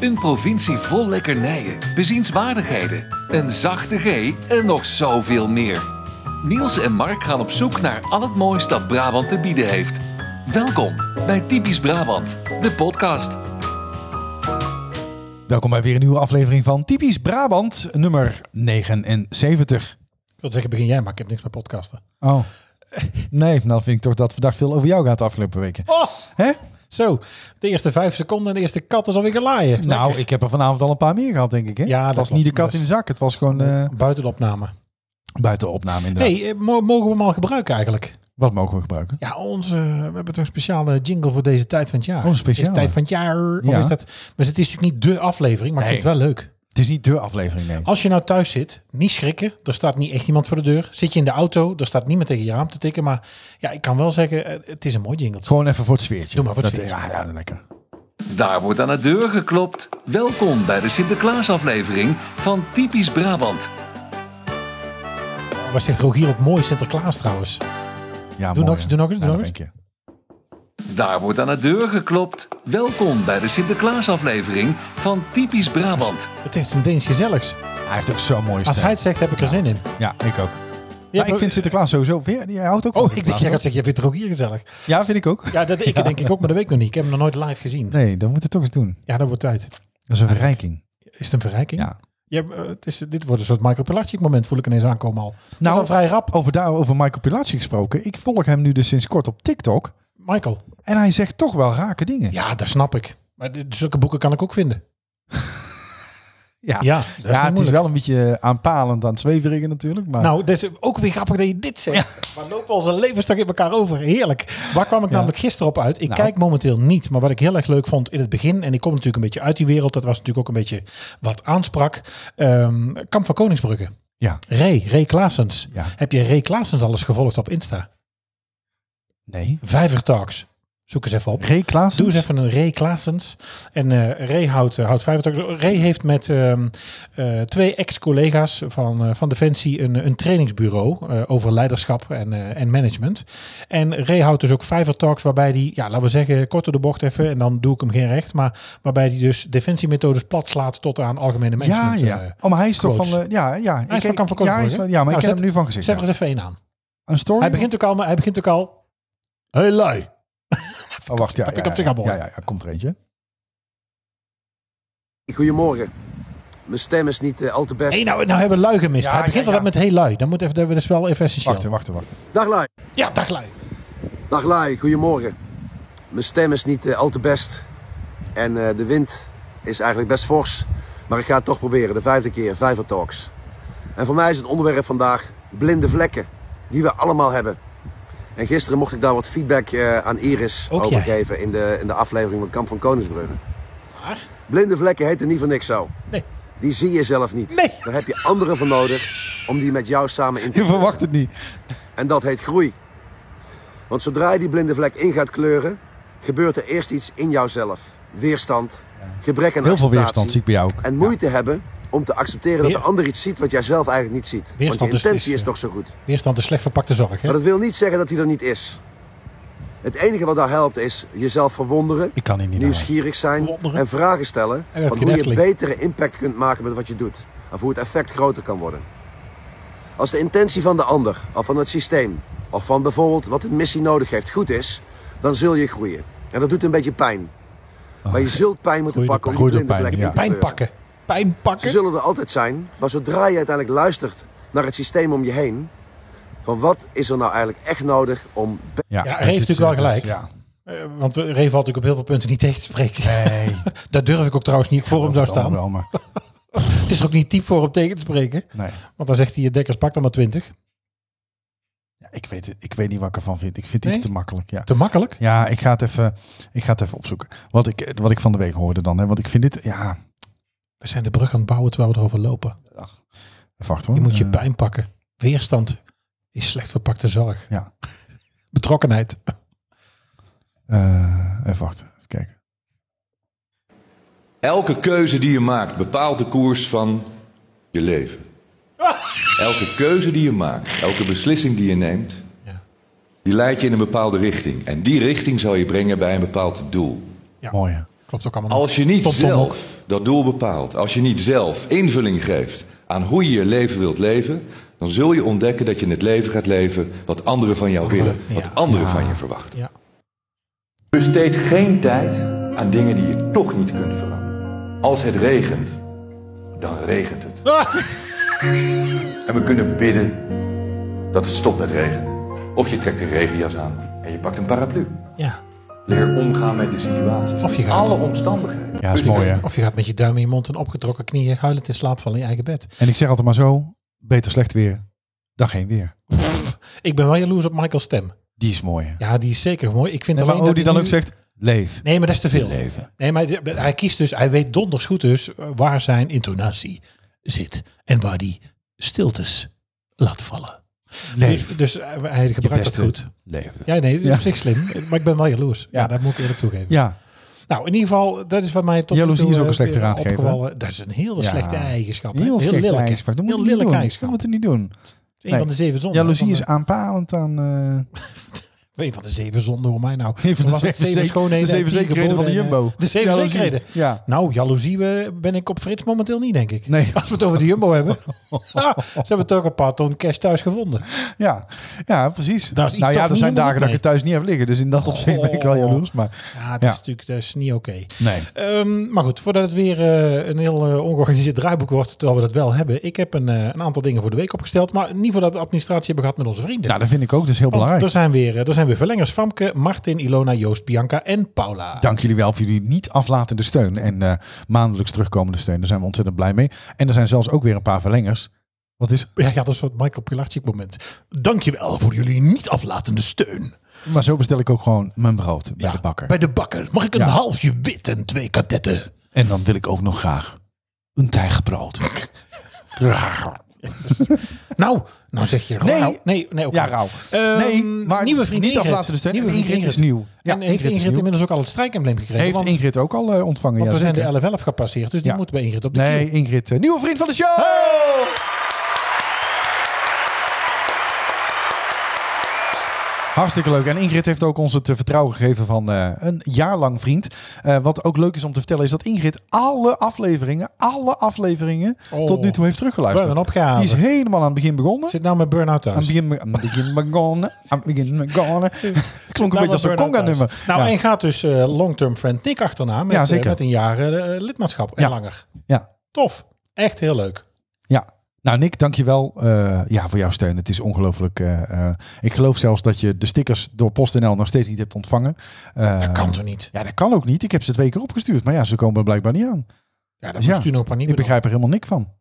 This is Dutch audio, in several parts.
Een provincie vol lekkernijen, bezienswaardigheden, een zachte G en nog zoveel meer. Niels en Mark gaan op zoek naar al het moois dat Brabant te bieden heeft. Welkom bij Typisch Brabant, de podcast. Welkom bij weer een nieuwe aflevering van Typisch Brabant, nummer 79. Ik wil zeggen, begin jij, maar ik heb niks met podcasten. Oh, nee, dan vind ik toch dat vandaag veel over jou gaat de afgelopen weken. Oh, Hè? zo. De eerste vijf seconden en de eerste kat is alweer gelaaien. Lekker. Nou, ik heb er vanavond al een paar meer gehad, denk ik. Hè? Ja, dat het was klopt. niet de kat in de zak, het was gewoon eh Nou, buiten de opname. buiten de opname inderdaad. hey, eh, mo- mogen we hem al gebruiken eigenlijk? Wat mogen we gebruiken? Ja, onze, we hebben toch een speciale jingle voor deze tijd van het jaar. Oh, een speciale. Is het tijd van het jaar? Of Ja. is dat, maar het is natuurlijk niet de aflevering, maar ik vind Nee. het wel leuk. Het is niet de aflevering, nee. Als je nou thuis zit, niet schrikken. Er staat niet echt iemand voor de deur. Zit je in de auto, er staat niemand tegen je raam te tikken. Maar ja, ik kan wel zeggen, eh, het is een mooi jingle. Gewoon even voor het sfeertje. Doe maar voor het Dat- sfeertje. Ja, ja, lekker. Daar wordt aan de deur geklopt. Welkom bij de Sinterklaasaflevering van Typisch Brabant. Wat zegt Rogier op mooi Sinterklaas trouwens? Ja, Doe mooi, nog eens, hè? Nou, Ja, doe nog eens, doe dat nog eens. denk je. Daar wordt aan de deur geklopt. Welkom bij de Sinterklaasaflevering van Typisch Brabant. Het heeft een Deens gezelligs. Hij heeft ook zo'n mooie Als stem. hij het zegt, heb ik er zin in. Ja, ik ook. Ja, maar ik vind Sinterklaas sowieso... Jij houdt ook van Oh, Sinterklaas, ik denk, jij gaat toch? zeggen, je vindt het ook hier gezellig. Ja, vind ik ook. Ja, dat ik, denk ik ook, maar dat weet ik nog niet. Ik heb hem nog nooit live gezien. Nee, dan moet het toch eens doen. Ja, dat wordt tijd. Dat is een verrijking. Is het een verrijking? Ja. Je hebt, eh, het is, dit wordt een soort Michael Pelagic moment, voel ik ineens aankomen al. Nou, Nou, al vrij rap. Over, daar, over Michael Pilatschik gesproken. Ik volg hem nu dus sinds kort op TikTok. Michael. En hij zegt toch wel rake dingen. Ja, dat snap ik. Maar dit- zulke boeken kan ik ook vinden. ja. Ja, dat is Ja, niet het is moeilijk. wel een beetje aanpalend aan het zweverigen natuurlijk. Maar Nou, dit is ook weer grappig dat je dit zegt. Maar lopen onze levens toch in elkaar over. Heerlijk. Waar kwam ik namelijk gisteren op uit? Ik Nou. kijk momenteel niet. Maar wat ik heel erg leuk vond in het begin... en ik kom natuurlijk een beetje uit die wereld... dat was natuurlijk ook een beetje wat aansprak. ehm, Kamp van Koningsbrugge. ja, Ray, Ray Klaasens. Ja. Heb je Ray Klaasens al eens gevolgd op Insta? nee. Vijver Talks. Zoek eens even op. Ray Klaas. Doe eens even een Ray Klaasens. En eh Ray houdt, eh, houdt Vijver Talks. Ray heeft met ehm, eh, twee ex-collega's van, eh, van Defensie een, een trainingsbureau eh, over leiderschap en, eh, en management. En Ray houdt dus ook Vijver Talks waarbij die, ja, laten we zeggen, kort door de bocht even. En dan doe ik hem geen recht. Maar waarbij die dus Defensiemethodes plat slaat tot aan algemene Ja, management. eh, ja. Oh, maar hij is toch van... quotes. eh, ja, ja. hij is van Kamp van ja, hij Koningsbrugge. is van- ja, maar Nou, ik ken zet- hem nu van gezicht. Zet er ja. eens even één aan. Oh, Een story? Hij begint ook al, maar hij begint ook al. Hey lui. Oh, wacht. Ja, Pak ja, ik op de ja, gabbel. ja, ja, ja, komt er eentje. Goedemorgen. Mijn stem is niet eh, al te best. Hey, nou, nou hebben we lui gemist. Ja, hij begint ja, altijd ja. met hey lui. Dan moet even, dat is wel even essentieel. Wachten, wachten, wachten. Dag Lai. Ja, dag lui. Dag Lai, goedemorgen. Mijn stem is niet eh, al te best. En eh, de wind is eigenlijk best fors. Maar ik ga het toch proberen, de vijfde keer, Vijver Talks. En voor mij is het onderwerp vandaag blinde vlekken. Die we allemaal hebben. En gisteren mocht ik daar wat feedback eh, aan Iris Ook over jij. geven in de, in de aflevering van Kamp van Koningsbrugge. Maar? Blinde vlekken heten niet voor niks zo. Nee. Die zie je zelf niet. Nee. Daar heb je anderen voor nodig om die met jou samen in te Je verwacht het niet. En dat heet groei. Want zodra je die blinde vlek in gaat kleuren, gebeurt er eerst iets in jouzelf. Weerstand, gebrek aan Heel veel acceptatie. weerstand zie ik bij jou ook. En moeite hebben om te accepteren dat de Weer- ander iets ziet wat jij zelf eigenlijk niet ziet. Weerstand Want is- je intentie is, is, eh, toch zo goed. Weerstand is slecht verpakte zorg. Hè? Maar dat wil niet zeggen dat hij er niet is. Het enige wat daar helpt is jezelf verwonderen, Ik kan hier niet nieuwsgierig zijn Verwonderen. en vragen stellen En dat van geen hoe je Efteling. betere impact kunt maken met wat je doet. Of hoe het effect groter kan worden. Als de intentie van de ander, of van het systeem, of van bijvoorbeeld wat een missie nodig heeft goed is, dan zul je groeien. En dat doet een beetje pijn. Oh, Maar je zult pijn moeten Groei door pakken om pijn. je Groei door blinde pijn, vlekken ja. te Pijn kleuren. pakken. Pijn pakken. Ze zullen er altijd zijn, maar zodra je uiteindelijk luistert naar het systeem om je heen, van wat is er nou eigenlijk echt nodig om Ja, Ja, het Ray heeft is, natuurlijk wel eh, dat is- gelijk. Eh, want we- Ray valt natuurlijk op heel veel punten niet tegen te spreken. Ja. Nee. Daar durf ik ook trouwens niet voor hem zou Dat staan. wel, eh, maar... Het is er ook niet typ voor om tegen te spreken. Nee. Want dan zegt hij, je dekkers pak dan maar 20. Ja, ik, weet het, ik weet niet wat ik ervan vind. Ik vind het Nee? iets te makkelijk, ja. Te makkelijk. Ja, ik ga het even, ik ga het even opzoeken. Wat ik, wat ik van de week hoorde dan. Hè, want ik vind dit, ja, We zijn de brug aan het bouwen terwijl we erover lopen. even wachten hoor. Je moet je Eh, pijn pakken. Weerstand is slecht verpakte zorg. Ja. Betrokkenheid. eh, even wachten, even kijken. Elke keuze die je maakt bepaalt de koers van je leven. Elke keuze die je maakt, elke beslissing die je neemt, Ja. die leidt je in een bepaalde richting. En die richting zal je brengen bij een bepaald doel. Ja. Mooi hè? klopt ook allemaal. Als je niet Tom, Tom ook. zelf dat doel bepaalt, als je niet zelf invulling geeft aan hoe je je leven wilt leven, dan zul je ontdekken dat je het leven gaat leven wat anderen van jou willen, ja. wat anderen van je verwachten. Ja. Besteed geen tijd aan dingen die je toch niet kunt veranderen. Als het regent, dan regent het. En we kunnen bidden dat het stopt met regen. Of je trekt een regenjas aan en je pakt een paraplu. ja. Leer omgaan met de situaties. Of je met gaat. Alle omstandigheden. Ja, is mooi hè. Of je gaat met je duim in je mond en opgetrokken knieën huilend in slaap vallen in je eigen bed. En ik zeg altijd maar zo, beter slecht weer dan geen weer. Ik ben wel jaloers op Michael's stem. Die is mooi hè. Ja, die is zeker mooi. Ik vind En maar alleen oh, dat die hij dan ook nu- zegt, leef. Nee, maar dat is te veel. Leven. Nee, maar hij- hij kiest dus, hij weet donders goed dus eh, waar zijn intonatie zit. En waar die stiltes laat vallen. Leef. Dus, dus eh, hij Je gebruikt dat beste goed. leven. Ja, nee, dat is Ja. op zich slim. Maar ik ben wel jaloers. Ja, Ja. dat moet ik eerlijk toegeven. Ja, Nou, in ieder geval, dat is wat mij tot Jaloezie nu toe, is ook een eh, slechte raadgever. opgevallen. Dat is een hele Ja. slechte eigenschap. hè? heel slecht lelijk, hè? eigenschap. Dat moet Heel je niet lelijk doen. Dat eigenschap. moet je niet doen. Een Nee. van de zeven zonden. Jaloezie Van is de- aanpalend aan... eh, Een van de zeven zonden, hoor mij nou. Een van de Was het zeven zeven zek- schoonheden de zeven en tien zekerheden van de geboden en, Jumbo. eh, De zeven Jaloezie. zekerheden. Ja. Nou, jaloezie eh, ben ik op Frits momenteel niet, denk ik. Nee. Als we het over de Jumbo hebben. Ah, ze hebben toch een paar ton cash thuis gevonden. Ja, ja precies. Daar is iets nou toch ja, er niet zijn dagen helemaal dat ik mee. Oh. het thuis niet heb liggen. Dus in dat opzicht ben ik wel jaloers. Maar Ja, dat Ja. is natuurlijk dat is niet oké. nee. Ehm, maar goed, voordat het weer eh, een heel eh, ongeorganiseerd draaiboek wordt, terwijl we dat wel hebben. Ik heb een, eh, een aantal dingen voor de week opgesteld, maar niet voordat we administratie hebben gehad met onze vrienden. Nou, dat vind ik ook. Dat is heel Want belangrijk. er zijn, weer, eh, er zijn weer verlengers. Famke, Martin, Ilona, Joost, Bianca en Paula. Dank jullie wel voor jullie niet aflatende steun. En eh, maandelijks terugkomende steun. Daar zijn we ontzettend blij mee. En er zijn zelfs ook weer een paar verlengers. Wat is? Ja, ja, dat is wat Michael Pilatschik moment. Dankjewel voor jullie niet aflatende steun. Maar zo bestel ik ook gewoon mijn brood bij Ja, de bakker. Bij de bakker. Mag ik een Ja. halfje wit en twee katetten? En dan wil ik ook nog graag een tijgerbrood. Nou, nou zeg je rauw. Nee. nee, nee ook ja, niet. rauw. Ehm, nee, maar nieuwe vriend niet Ingrid. aflatende steun. Nieuwe vriend Ingrid, is nieuw. en heeft Ingrid, is nieuw. inmiddels ook al het strijkembleem gekregen? Heeft want, Ingrid ook al eh, ontvangen? want ja, we zijn zeker. de 11-11 gepasseerd, dus die Ja. moet bij Ingrid op de Nee, kiel. Ingrid. eh, nieuwe vriend van de show! Hartstikke leuk. En Ingrid heeft ook ons het eh, vertrouwen gegeven van eh, een jaar lang vriend. Eh, wat ook leuk is om te vertellen is dat Ingrid alle afleveringen, alle afleveringen Oh. tot nu toe heeft teruggeluisterd. Burn opgehaald. Die is helemaal aan het begin begonnen. Zit nou met burn-out Aan het thuis. begin, aan het begin begonnen. Aan het begin begonnen. Klonk een beetje als een Nou, wat burn-out conga-nummer. thuis. Nou, ja. en gaat dus eh, long-term friend Nick achterna met, Ja, eh, zeker. met een jaar eh, lidmaatschap en Ja. langer. ja. Tof. Echt heel leuk. Ja. Nou, Nick, dankjewel eh ja, voor jouw steun. Het is ongelooflijk. eh, eh, ik geloof zelfs dat je de stickers door PostNL nog steeds niet hebt ontvangen. Eh, Dat kan toch niet? Ja, dat kan ook niet. Ik heb ze twee keer opgestuurd. Maar ja, ze komen er blijkbaar niet aan. Ja, dat Dus ja, moest u nog maar niet Ik begrijp er helemaal niks van. bedenken.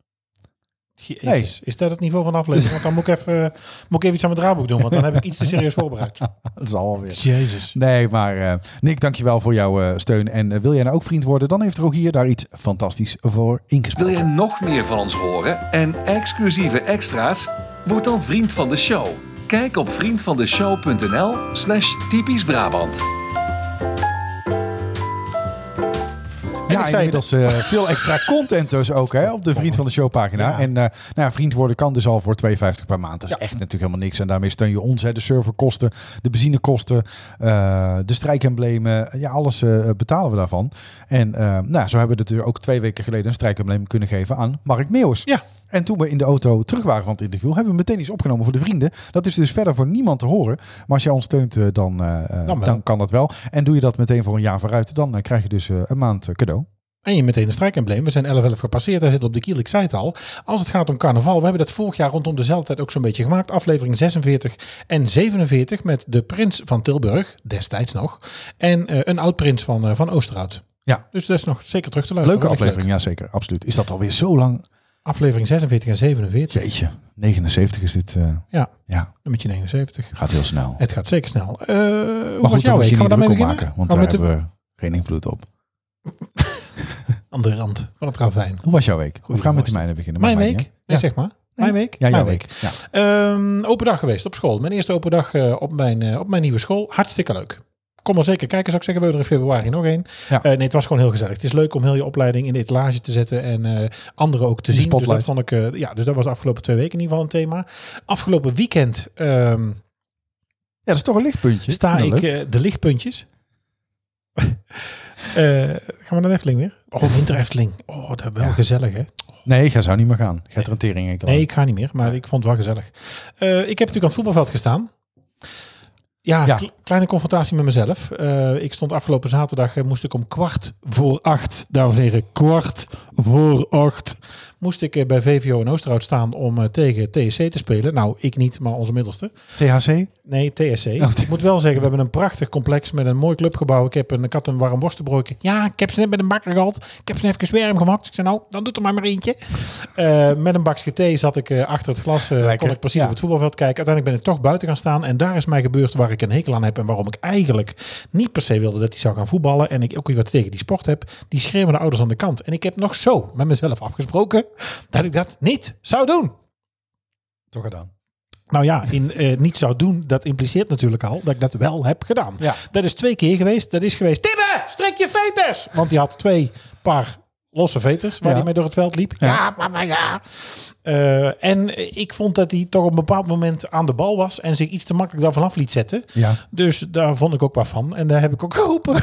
Jezus, Is dat het niveau van de aflevering? Want dan moet ik, even, eh, moet ik even iets aan mijn draaiboek doen, want dan heb ik iets te serieus voorbereid. Dat zal wel weer. Jezus. Nee, maar eh Nick, dankjewel voor jouw eh, steun. En eh, wil jij nou ook vriend worden? Dan heeft Rogier daar iets fantastisch voor Wil jij ingesproken. nog meer van ons horen en exclusieve extra's? Word dan vriend van de show. Kijk op vriendvandeshow.nl slash typisch Brabant. En ik Ja, zei- inmiddels eh, veel extra content dus ook hè, op de Vriend van de Show pagina. Ja. En eh, nou ja, vriend worden kan dus al voor 2,50 per maand. Dat is Ja. echt natuurlijk helemaal niks. En daarmee steun je ons. Hè, de serverkosten, de benzinekosten, eh, de strijkemblemen. Ja, alles eh, betalen we daarvan. En eh, nou, ja, zo hebben we natuurlijk ook twee weken geleden een strijkembleem kunnen geven aan Mark Meeuwis. Ja. En toen we in de auto terug waren van het interview, hebben we meteen iets opgenomen voor de vrienden. Dat is dus verder voor niemand te horen. Maar als jij ons steunt, eh, dan, eh, eh, Dan wel. dan kan dat wel. En doe je dat meteen voor een jaar vooruit, dan eh, krijg je dus eh, een maand eh, cadeau. En je meteen een strijkembleem. We zijn 11-11 gepasseerd. Hij zit op de kiel. Ik zei het al. Als het gaat om carnaval. We hebben dat vorig jaar rondom dezelfde tijd ook zo'n beetje gemaakt. Aflevering 46 en 47 met de prins van Tilburg. Destijds nog. En eh, een oud-prins van, eh, van Oosterhout. Ja. Dus dat is nog zeker terug te Leuke luisteren. Wellicht aflevering, ja zeker, absoluut. Is dat alweer zo lang? leuk. Aflevering 46 en 47. Jeetje, 79 is dit. eh, Ja, ja, nummertje 79. gaat heel snel. Het gaat zeker snel. Eh hoe Maar goed, was daar jouw moet week? je Gaan niet we druk daarmee op beginnen? maken, want daar Gaan we met hebben de we geen invloed op. andere rand van het ravijn. Hoe was jouw week? We gaan met de mooiste. mijne beginnen. Mijn maar week? maakt niet Nee, uit. Ja. zeg maar. Mijn week? Ja, jouw Mijn week. Ja. Ehm, open dag geweest op school. Mijn eerste open dag eh, op, mijn, eh, op mijn nieuwe school. Hartstikke leuk. Kom maar zeker kijken, zou ik zeggen. We hebben er in februari nog één. Ja. Eh, nee, het was gewoon heel gezellig. Het is leuk om heel je opleiding in de etalage te zetten en eh, anderen ook te zien. Dus spotlight. dat vond ik, eh, ja, dus dat was de afgelopen twee weken in ieder geval een thema. Afgelopen weekend ehm, ja, dat is toch een lichtpuntje. Nou, sta Vind ik nou dat leuk? eh, de lichtpuntjes. gaan we naar de Efteling weer? Oh, Winter Efteling. Oh, dat is wel gezellig, hè? Nee, ga zou niet meer gaan. Ga er een tering in eh, Nee, ik ga niet meer, maar ik vond het wel gezellig. Eh, ik heb natuurlijk aan het voetbalveld gestaan. Ja, Ja. kle- kleine confrontatie met mezelf. Eh, ik stond afgelopen zaterdag, eh, moest ik om kwart voor acht, dames en heren, kwart voor acht, moest ik eh, bij VVO in Oosterhout staan om eh, tegen TSC te spelen. Nou, ik niet, maar onze middelste. THC? Nee, TSC. Oh, ik moet wel zeggen, we hebben een prachtig complex met een mooi clubgebouw. Ik heb een kat een warm worstenbroodje. Ja, ik heb ze net met een bakker gehad. Ik heb ze even zwerm gemaakt. Ik zei, nou, dan doet er maar maar eentje. Eh, met een bakje thee zat ik eh, achter het glas. eh, Lekker, kon ik precies ja. op het voetbalveld kijken. Uiteindelijk ben ik toch buiten gaan staan. En daar is mij gebeurd waar ik een hekel aan heb. En waarom ik eigenlijk niet per se wilde dat hij zou gaan voetballen. En ik ook weer wat tegen die sport heb. Die schreeuwen de ouders aan de kant. En ik heb nog zo met mezelf afgesproken dat ik dat niet zou doen. Toch gedaan. Nou ja, in, eh, niet zou doen, dat impliceert natuurlijk al dat ik dat wel heb gedaan. Ja. Dat is twee keer geweest. Dat is geweest, Tibbe, strik je veters! Want die had twee paar losse veters waar Ja. hij mee door het veld liep. Ja, papa, ja. Eh, en ik vond dat hij toch op een bepaald moment aan de bal was en zich iets te makkelijk daarvan af liet zetten. Ja. Dus daar vond ik ook wat van. En daar heb ik ook geroepen.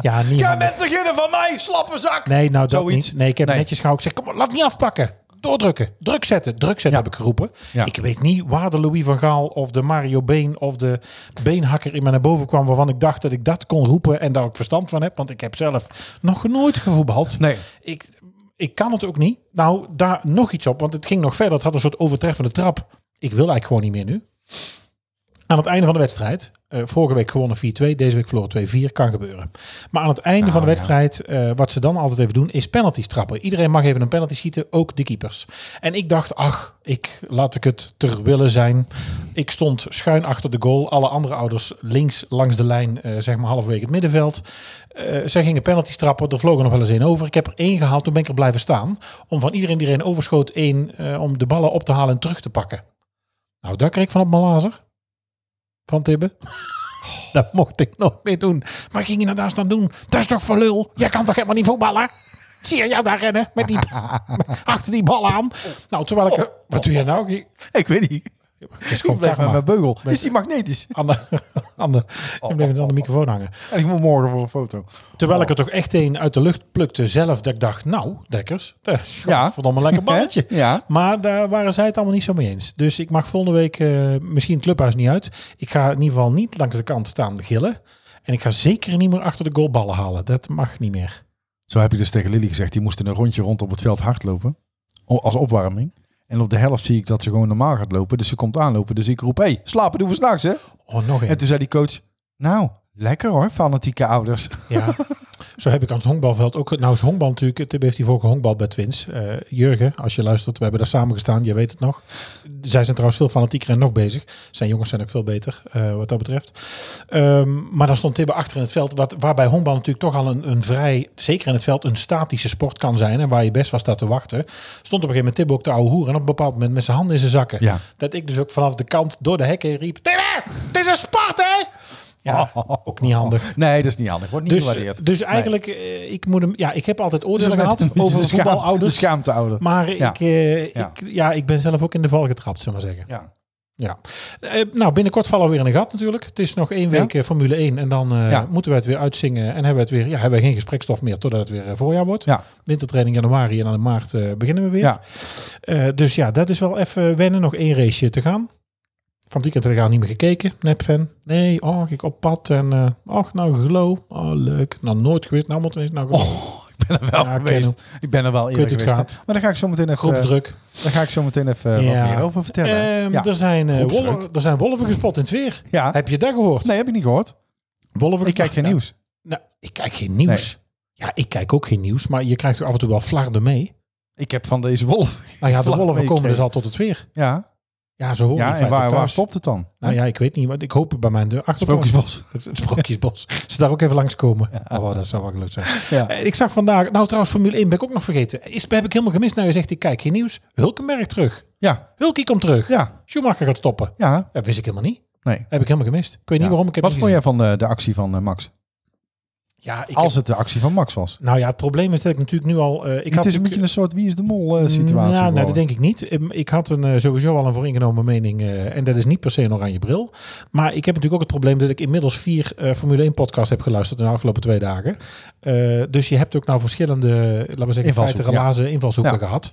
ja, niet handig. beginnen van mij, slappe zak! Nee, nou dat Zoiets. niet. Nee, ik heb Nee. netjes gauw gezegd, kom maar, laat niet afpakken. Doordrukken. Druk zetten. Druk zetten heb ik geroepen. Ja. Ik weet niet waar de Louis van Gaal of de Mario Been of de beenhakker in me naar boven kwam waarvan ik dacht dat ik dat kon roepen en daar ook verstand van heb. Want ik heb zelf nog nooit gevoetbald. Nee. Ik, ik kan het ook niet. Nou, daar nog iets op, want het ging nog verder. Het had een soort overtreffende trap. Ik wil eigenlijk gewoon niet meer nu. Aan het einde van de wedstrijd, eh, vorige week gewonnen 4-2, deze week verloren 2-4, kan gebeuren. Maar aan het einde van de wedstrijd, eh, wat ze dan altijd even doen, is penalties trappen. Iedereen mag even een penalty schieten, ook de keepers. En ik dacht, ach, ik, laat ik het ter willen zijn. Ik stond schuin achter de goal, alle andere ouders links langs de lijn, eh, zeg maar halverwege het middenveld. Eh, zij gingen penalties trappen, er vlogen nog wel eens één over. Ik heb er één gehaald, toen ben ik er blijven staan. Om van iedereen die er één overschoot, één eh, om de ballen op te halen en terug te pakken. Nou, daar kreeg ik van op mijn lazer. Van Tibbe. Dat mocht ik nooit meer doen. Maar ging je nou daar staan doen? Dat is toch voor lul? Jij kan toch helemaal niet voetballen? Zie je jou daar rennen? Met die, achter die bal aan. Nou, terwijl ik... Wat doe jij nou? Je- Ik weet niet. Is Oh. Ik gewoon blijf met karma. mijn beugel. Is Oh. die magnetisch? Aan de, aan de, ik bleef het aan de microfoon hangen. En ik moet morgen voor een foto. Terwijl ik er toch echt een uit de lucht plukte zelf. Dat ik dacht, nou, dekkers. Dat is Ja. godverdomme een lekker balletje. Ja. Maar daar waren zij het allemaal niet zo mee eens. Dus ik mag volgende week eh, misschien het clubhuis niet uit. Ik ga in ieder geval niet langs de kant staan gillen. En ik ga zeker niet meer achter de goalballen halen. Dat mag niet meer. Zo heb ik dus tegen Lily gezegd. Die moesten een rondje rond op het veld hardlopen. o- Als opwarming. En op de helft zie ik dat ze gewoon normaal gaat lopen. Dus ze komt aanlopen. Dus ik roep, hé, hey, slapen doen we s'nachts, hè? Oh, nog En één. toen zei die coach, nou, lekker hoor, fanatieke ouders. Ja. Zo heb ik aan het honkbalveld ook... Nou is honkbal natuurlijk... Tib heeft die vorige honkbal bij Twins. Eh, Jurgen, als je luistert, we hebben daar samen gestaan. Je weet het nog. Zij zijn trouwens veel fanatieker en nog bezig. Zijn jongens zijn ook veel beter, eh, wat dat betreft. Ehm, maar dan stond Tibbe achter in het veld. Wat, waarbij honkbal natuurlijk toch al een, een vrij... Zeker in het veld een statische sport kan zijn. En waar je best wel staat te wachten. Stond op een gegeven moment Tibbe ook te ouwe hoeren. En op een bepaald moment met zijn handen in zijn zakken. Ja. Dat ik dus ook vanaf de kant door de hekken riep... Tibbe, het is een sport hè! Oh. Ja, ook niet handig. Nee, dat is niet handig. Wordt niet Dus, gewaardeerd. Dus dus eigenlijk, eh, ik moet hem. Ja, ik heb altijd oordelen Met- gehad met over de schaam- voetbalouders. de schaamteouder. Maar Ja. Ik, eh, Ja. Ik, ja, ik ben zelf ook in de val getrapt, zullen we maar zeggen. Ja. Ja. Eh, nou, binnenkort vallen we weer in een gat natuurlijk. Het is nog één week eh, Formule 1 en dan eh, Ja. moeten we het weer uitzingen. En hebben we, het weer, ja, hebben we geen gesprekstof meer totdat het weer eh, voorjaar wordt. Ja. Wintertraining januari en dan in maart eh, beginnen we weer. Ja. Eh, dus ja, dat is wel even wennen. Nog één raceje te gaan. Van het weekend heb ik al niet meer gekeken. Nep fan. Nee, oh, ik op pad. En eh ach, nou glow. Oh, leuk. Nou, nooit geweest. Nou, moet ineens nou Oh, glow. Ik ben er wel Ja, geweest. Ik ben er wel eerder weet hoe het geweest. hè. Maar daar ga ik zo meteen even, Groepsdruk. daar ga ik zo meteen even eh, Ja. wat meer over vertellen. Ehm, eh, ja. er, zijn, eh, Groepsdruk. wolven, er zijn wolven gespot in het weer. Ja. Heb je dat gehoord? Nee, heb ik niet gehoord. Wolven Ik kijk geen Ja. nieuws. Nou, ik kijk geen nieuws. Ja, ik kijk ook geen nieuws. Maar je krijgt er af en toe wel flarden mee. Ik heb van deze wolf. Nou ja, de Vlag wolven komen dus meegekregen. al tot het weer. Ja, Ja, zo hoor je in ja en feite waar, waar thuis. stopt het dan? Nou ja, ik weet niet, want ik hoop bij mijn de achterkant. Sprookjesbos. Het Sprookjesbos. Ze daar ook even langskomen. Oh, dat zou wel leuk zijn. Ja. Eh, Ik zag vandaag, nou trouwens, Formule 1 ben ik ook nog vergeten. Is, heb ik helemaal gemist. Nou, je zegt, ik kijk geen nieuws. Hulkenberg terug. Ja, Hulkie komt terug. ja, Schumacher gaat stoppen. ja. Dat wist ik helemaal niet. Nee. Heb ik helemaal gemist. Ik weet Ja. niet waarom. Ik heb Wat niet vond jij van de, de actie van eh, Max? gezien. Ja, ik Als heb- het de actie van Max was. nou ja, het probleem is dat ik natuurlijk nu al... eh, het ik is een natuurlijk- beetje een soort wie is de mol eh, situatie. Ja, nou, geworden. dat denk ik niet. Ehm, Ik had een, eh, sowieso al een vooringenomen mening. eh, en dat is niet per se een oranje bril. Maar ik heb natuurlijk ook het probleem dat ik inmiddels vier eh, Formule 1 podcasts heb geluisterd in de afgelopen twee dagen. Eh, dus je hebt ook nou verschillende, laten we zeggen, feiten, Invalshoeken, ja. relazen, invalshoeken Ja. gehad.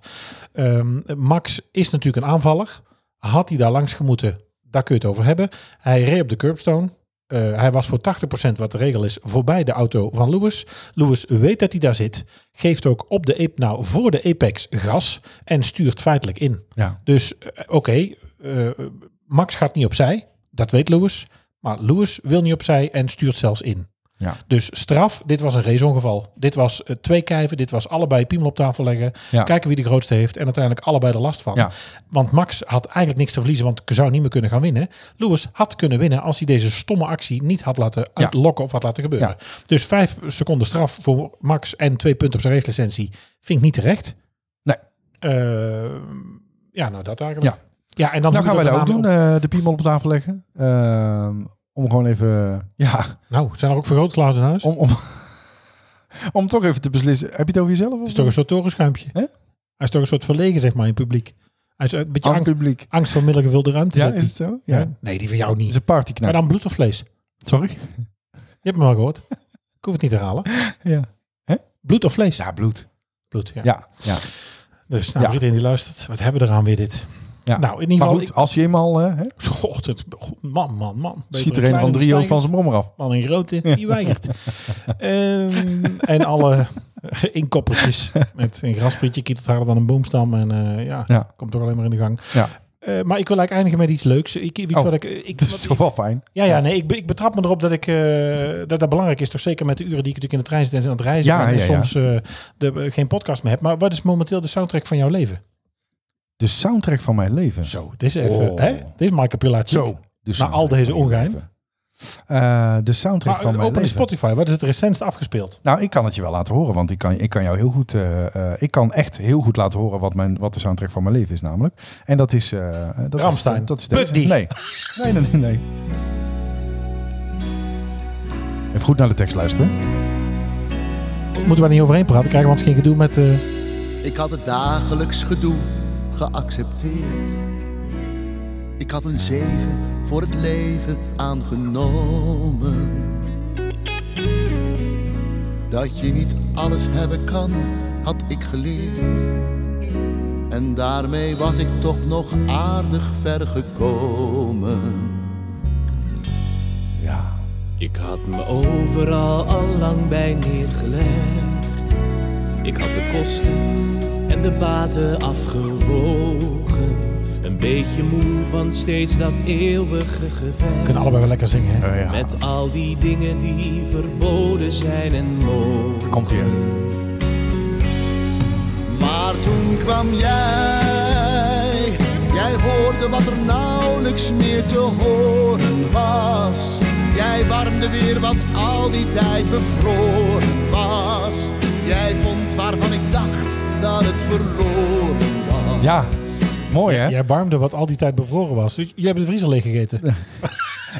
Ehm, Max is natuurlijk een aanvaller. Had hij daar langs gemoeten, daar kun je het over hebben. Hij reed op de curbstone. Eh, hij was voor 80% wat de regel is voorbij de auto van Lewis. Lewis weet dat hij daar zit. Geeft ook op de ape, nou, voor de apex gas. En stuurt feitelijk in. Ja. Dus eh, oké, eh, Max gaat niet opzij. Dat weet Lewis. Maar Lewis wil niet opzij en stuurt zelfs in. Ja. Dus straf, dit was een raceongeval. Dit was eh, twee kijven, dit was allebei piemel op tafel leggen. Ja. Kijken wie de grootste heeft en uiteindelijk allebei de last van. Ja. Want Max had eigenlijk niks te verliezen, want zou niet meer kunnen gaan winnen. Lewis had kunnen winnen als hij deze stomme actie niet had laten uitlokken of had laten gebeuren. Ja. Dus vijf seconden straf voor Max en twee punten op zijn racelicentie vind ik niet terecht. Nee. Eh, ja, nou dat eigenlijk. Ja. ja en dan Nou hoe gaan wij je dat ook daarna- doen, eh, de piemel op tafel leggen. Ehm, om gewoon even, ja, Nou, zijn er ook vergrootglazen in huis? om, om, om toch even te beslissen. Heb je het over jezelf? Het is toch een soort torenschuimpje. Hè? Hij is toch een soort verlegen, zeg maar, in het publiek. Hij is een beetje aan angst, publiek? angst voor middelgevulde ruimte. Ja, zit hij. is het zo? Ja. Ja. Nee, die van jou Het is niet. een partyknap. Maar dan bloed of vlees? Je Sorry? hebt me wel gehoord. Ik hoef het niet te herhalen. Ja. Bloed of vlees? Ja, bloed. Bloed, ja. Ja. ja. Dus nou, Ja. voor iedereen die luistert, wat hebben we eraan weer dit? Ja. Nou, in ieder Maar geval... goed, als je eenmaal eh, hè, ik- Goh, dit- goh, man, man, man. Beter schiet er een kleine van drie Steigert van zijn brommer af. dan een grote, die weigert. Ehm, en alle inkoppertjes met een grasprietje kietelt harder dan een boomstam. En eh, ja, Ja. komt toch alleen maar in de gang. Ja. Eh, maar ik wil eigenlijk eindigen met iets leuks. Ik, iets Oh, wat ik, eh, ik, Dat wat is ik- toch wel fijn. ja, ja, nee, ik, be- ik betrap me erop dat ik eh, dat dat belangrijk is, toch zeker met de uren die ik natuurlijk in de trein zit en aan het reizen Ja, ben en ja, ja. soms eh, de, geen podcast meer heb. Maar wat is momenteel de soundtrack van jouw leven? De soundtrack van mijn leven. Zo, dit is even, Oh. hè? Dit is Michael Pilatschik. Zo. De Na al soundtrack deze van je ongeheim. leven. Eh, de soundtrack Maar van mijn Ah, open de leven. Spotify, wat is het recentst afgespeeld? Nou, ik kan het je wel laten horen, want ik kan, ik kan jou heel goed, eh, eh, ik kan echt heel goed laten horen wat, mijn, wat de soundtrack van mijn leven is namelijk. En dat is, eh eh, dat Rammstein. Is, dat is deze. Buddy. Nee. nee, nee, nee, nee. Even goed naar de tekst luisteren. Moeten we er niet overheen praten? Krijgen we anders geen gedoe met... eh, Ik had het dagelijks gedoe geaccepteerd. Ik had een zeven voor het leven aangenomen. Dat je niet alles hebben kan, had ik geleerd. En daarmee was ik toch nog aardig ver gekomen. Ja. Ik had me overal al lang bij neergelegd. Ik had de kosten en de baten afgewogen. Een beetje moe van steeds dat eeuwige We gevecht. kunnen allebei wel lekker zingen, hè? Eh, ja. Met al die dingen die verboden zijn en mogen. Komt hier. Maar toen kwam jij, jij hoorde wat er nauwelijks meer te horen was. Jij warmde weer wat al die tijd bevroren was. Jij vond waarvan ik dacht dat het verloren was. ja. Mooi hè? Jij warmde wat al die tijd bevroren was. Dus je hebt de vriezer leeg gegeten.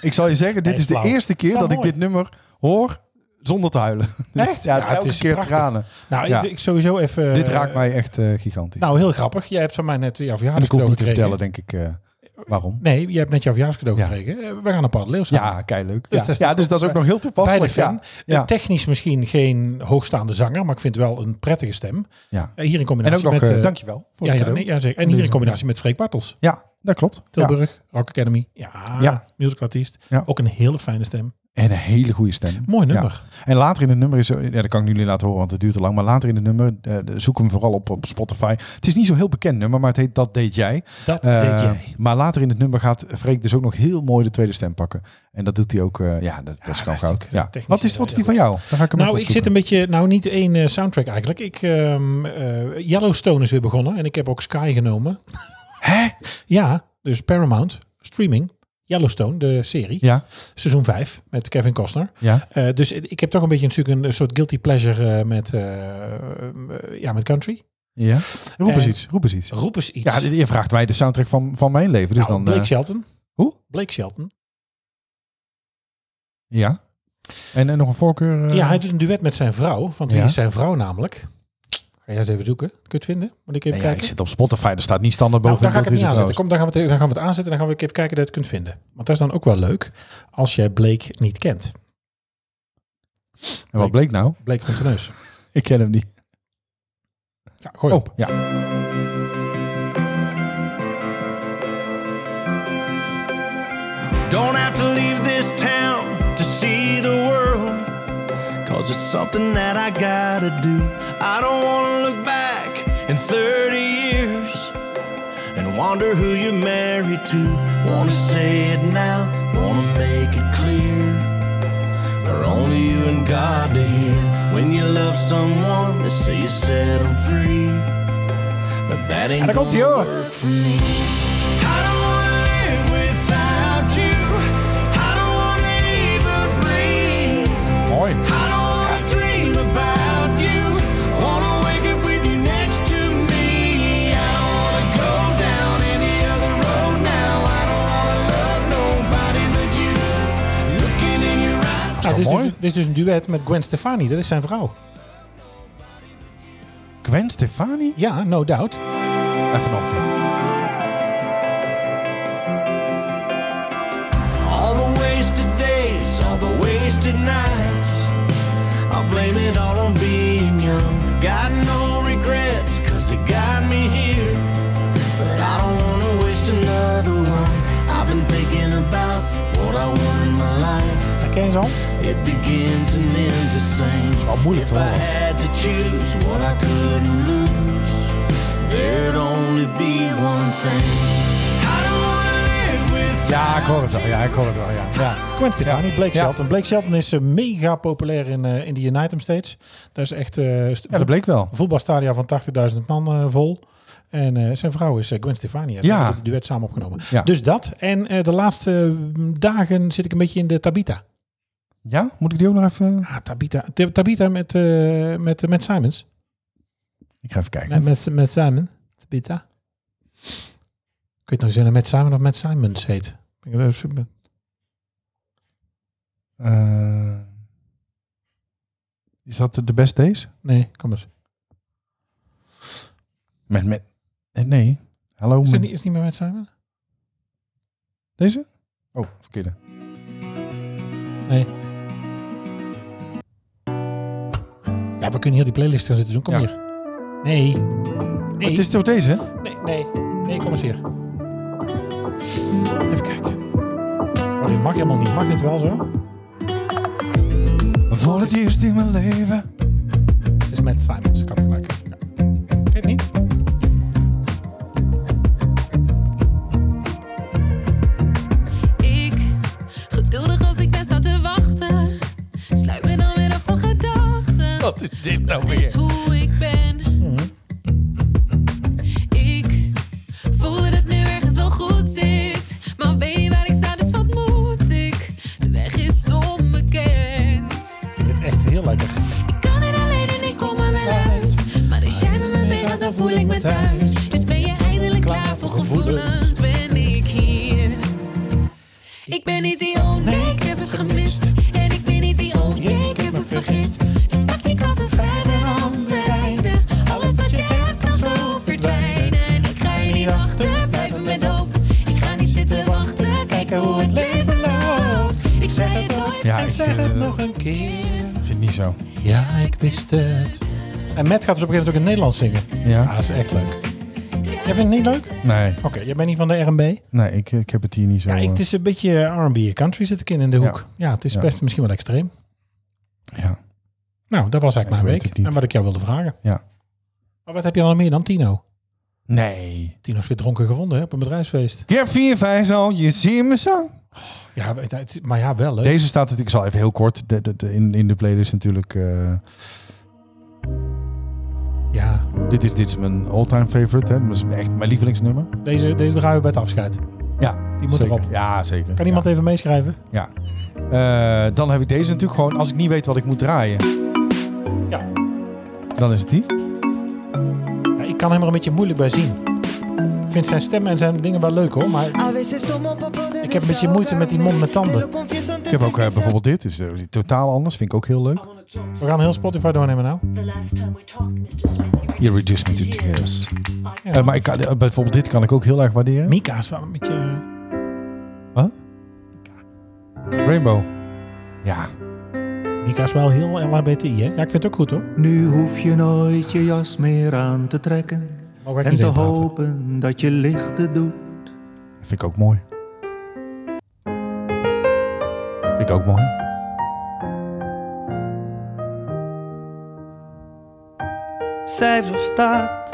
Ik zal je zeggen, dit Nee, is de flauw. eerste keer Ja, dat ik mooi. dit nummer hoor zonder te huilen. Echt? Ja, het, Ja, het elke is keer prachtig. tranen. Nou, Ja. ik, ik sowieso even... dit raakt eh, mij echt eh, gigantisch. Nou, heel grappig. Jij hebt van mij net eh, jouw en ik hoef verjaardagscadeau niet te gekregen. vertellen, denk ik, eh, waarom. Nee, je hebt net jouw verjaardagscadeau Ja. gekregen. Eh, We gaan een paddeleeuw samen. Ja, kei leuk. Dus ja. dat is ja, toch dus dat is ook nog heel Bij toepasselijk. de fan. Ja. Ja. Eh, Technisch misschien geen hoogstaande zanger, maar ik vind wel een prettige stem. Ja. Eh, Hier in En combinatie ook nog, met... eh, eh, dankjewel voor ja, het ja, cadeau. nee, ja, zeker. En hier in combinatie met Freek Bartels. Ja, dat klopt. Ja. Tilburg, Rock Academy. Ja, Ja. musicalartiest. Ja. Ook een hele fijne stem. En een hele goede stem. Mooi nummer. Ja. En later in het nummer is, ja, dat kan ik jullie laten horen, want het duurt te lang. Maar later in het nummer, eh, zoek hem vooral op op Spotify. Het is niet zo heel bekend nummer, maar het heet Dat Deed Jij. Dat Eh, deed jij. Maar later in het nummer gaat Freek dus ook nog heel mooi de tweede stem pakken. En dat doet hij ook, eh, ja, dat, dat is gewoon dat is goud. ook Ja. technisch Wat is, heel wat is die erg van jou? Dan ga ik hem Nou, even ik zit een opzoeken. beetje, nou niet één eh, soundtrack eigenlijk. Ik, ehm, eh, Yellowstone is weer begonnen en ik heb ook Sky genomen. Hè? Ja, dus Paramount, streaming, Yellowstone, de serie, Ja, seizoen 5 met Kevin Costner. ja. Eh, dus ik heb toch een beetje natuurlijk een soort guilty pleasure eh, met, eh, eh, ja, met country. ja. Roep eens Eh, iets, roep eens iets. Roep eens iets. Ja, je vraagt mij de soundtrack van, van mijn leven. Dus Nou, dan, eh, Blake Shelton. hoe? Blake Shelton. Ja. En, en nog een voorkeur? eh? Ja, hij doet een duet met zijn vrouw. Want wie Ja. is zijn vrouw namelijk? Ga jij eens even zoeken. Kun je het vinden? Moet ik even Nee, ja, kijken? ik zit op Spotify, daar staat niet standaard Nou, boven. dan ga ik het niet aanzetten. Kom, dan gaan, we het, dan gaan we het aanzetten en dan gaan we even kijken dat je het kunt vinden. Want dat is dan ook wel leuk als jij Blake niet kent. En wat bleek nou? Blake Fonteneus. Ik ken hem niet. Ja, gooi Oh, op. ja. Don't have to leave this town to see the world. Cause it's something that I gotta do. I don't wanna look back in 30 years and wonder who you're married to. Wanna say it now, wanna make it clear. For only you and God to hear. When you love someone, they say you set them free. But that ain't daar komt-ie, gonna hoor. work for me. I don't wanna live without you. I don't wanna eat but breathe. Mooi. I don't wanna dream about you. Wanna wake up with you next to me. I don't wanna go down any other road now. I don't wanna love nobody but you. Looking in your eyes. Nou, dit, is mooi? dus, dit is dus een duet met Gwen Stefani. Dat is zijn vrouw. Gwen Stefani? Ja, no doubt. Even nog een keer. All the wasted days, all the wasted nights. I'll blame it all on being young. Got no regrets, cause it got me here. But I don't wanna waste another one. I've been thinking about what I want in my life. Ken je ze al? It begins and ends the same. wel moeilijk If te I horen. had to choose what I couldn't lose, there'd only be one thing. I don't wanna live with Ja, ik hoor het wel. Ja, ik hoor het wel. Ja. Ja. Gwen Stefani, Blake Ja. Shelton. Blake Shelton is eh, mega populair in, eh, in de United States. Dat is echt eh, st- ja, dat bleek wel. een voetbalstadia van 80.000 man eh, vol. En eh, zijn vrouw is eh, Gwen Stefani. Ja. Ze Ja. hebben het duet samen opgenomen. Ja. Dus dat. En eh, de laatste dagen zit ik een beetje in de Tabita. Ja? Moet ik die ook nog even... Ah, Tabita. T- Tabita met, eh met, met Simons. Ik ga even kijken. Nee, met, met Simon. Tabita. Ik weet nog eens of het met Simon of met Simons heet. Ik weet het niet. Eh, is dat de best days? Nee, kom eens. Met, met, eh, nee. Hallo. Is het met- niet, is het niet meer met Simon? Deze? Oh, verkeerde. Nee. Ja, we kunnen hier die playlist gaan zitten doen. Kom Ja. hier. Nee. Nee. Het is toch deze? hè? nee, nee. Nee, kom eens hier. Even kijken. Oh, dit mag helemaal niet. Mag dit wel zo? Voor het eerst in mijn leven. Het is met Simons. Ik had gelijk. Ja. Ken je het niet? Ik, geduldig als ik ben sta te wachten. Sluit me dan weer af van gedachten. Wat is dit nou weer? is hoe ik ben. Ik voel dat het nu ergens wel goed zit. Maar weet waar ik sta, dus wat moet ik? De weg is onbekend. Ik vind dit echt heel lekker. Ik kan het alleen en ik kom er wel uit. Maar als jij met me meegaat, dan voel ik me thuis. Dus ben je eindelijk klaar voor gevoelens? Ben ik hier? Ik ben niet die oh nee, ik heb het gemist. En ik ben niet die oh jee, ik heb het vergist. Dus pak je kans en schrijf een ander einde. Alles wat je hebt kan zo verdwijnen. En ik ga je niet achter, blijven met hoop. Ik ga niet zitten wachten, kijken hoe het leven loopt. Ik zei het ooit. Ja, ik zeg eh, het nog. een keer. vind het niet zo. Ja, ik wist het. En Matt gaat dus op een gegeven moment ook in het Nederlands zingen. Ja? Ah, dat is echt leuk. Jij vindt het niet leuk? Oké, Nee, jij bent niet van de R&B? nee ik, ik heb het hier niet zo. Ja, ik, eh, het is een beetje R&B en country zit ik in, in de hoek. Ja, het is Ja. best misschien wel extreem. ja. Nou, dat was eigenlijk Ik mijn weet week. het niet. En wat ik jou wilde vragen. Ja. Maar wat heb je dan meer dan Tino? Nee. Tino is weer dronken gevonden hè, op een bedrijfsfeest. Ik heb vier, vijf al, je ziet me zo. Ja, maar het- maar ja, wel leuk. Deze staat natuurlijk, ik zal even heel kort, de, de- de- in, in de playlist natuurlijk. eh, Ja, dit, is, dit is mijn all-time favorite, hè. Dat is echt mijn lievelingsnummer. deze, deze draaien we bij het afscheid. Ja, Die moet zeker. erop. Ja, zeker. Kan iemand even meeschrijven? Ja. Eh, dan heb ik deze natuurlijk gewoon, als ik niet weet wat ik moet draaien, Ja. dan is het die. Ja, Ik kan hem er een beetje moeilijk bij zien. Ik vind zijn stem en zijn dingen wel leuk hoor, maar Ik heb een beetje moeite met die mond met tanden. Ik heb ook eh, bijvoorbeeld dit. Is eh, totaal anders. Vind ik ook heel leuk. we gaan heel Spotify doornemen nou. You reduce me to tears. Eh, maar ik kan, eh, bijvoorbeeld dit kan ik ook heel erg waarderen. Mika is wel een beetje... eh, Rainbow. Ja. Mika is wel heel LHBTI hè? Ja, ik vind het ook goed hoor. Nu hoef je nooit je jas meer aan te trekken. Mogen wij En niet te in praten? hopen dat je lichten doet. Vind ik ook mooi. Vind ik ook mooi. Cijfers staat.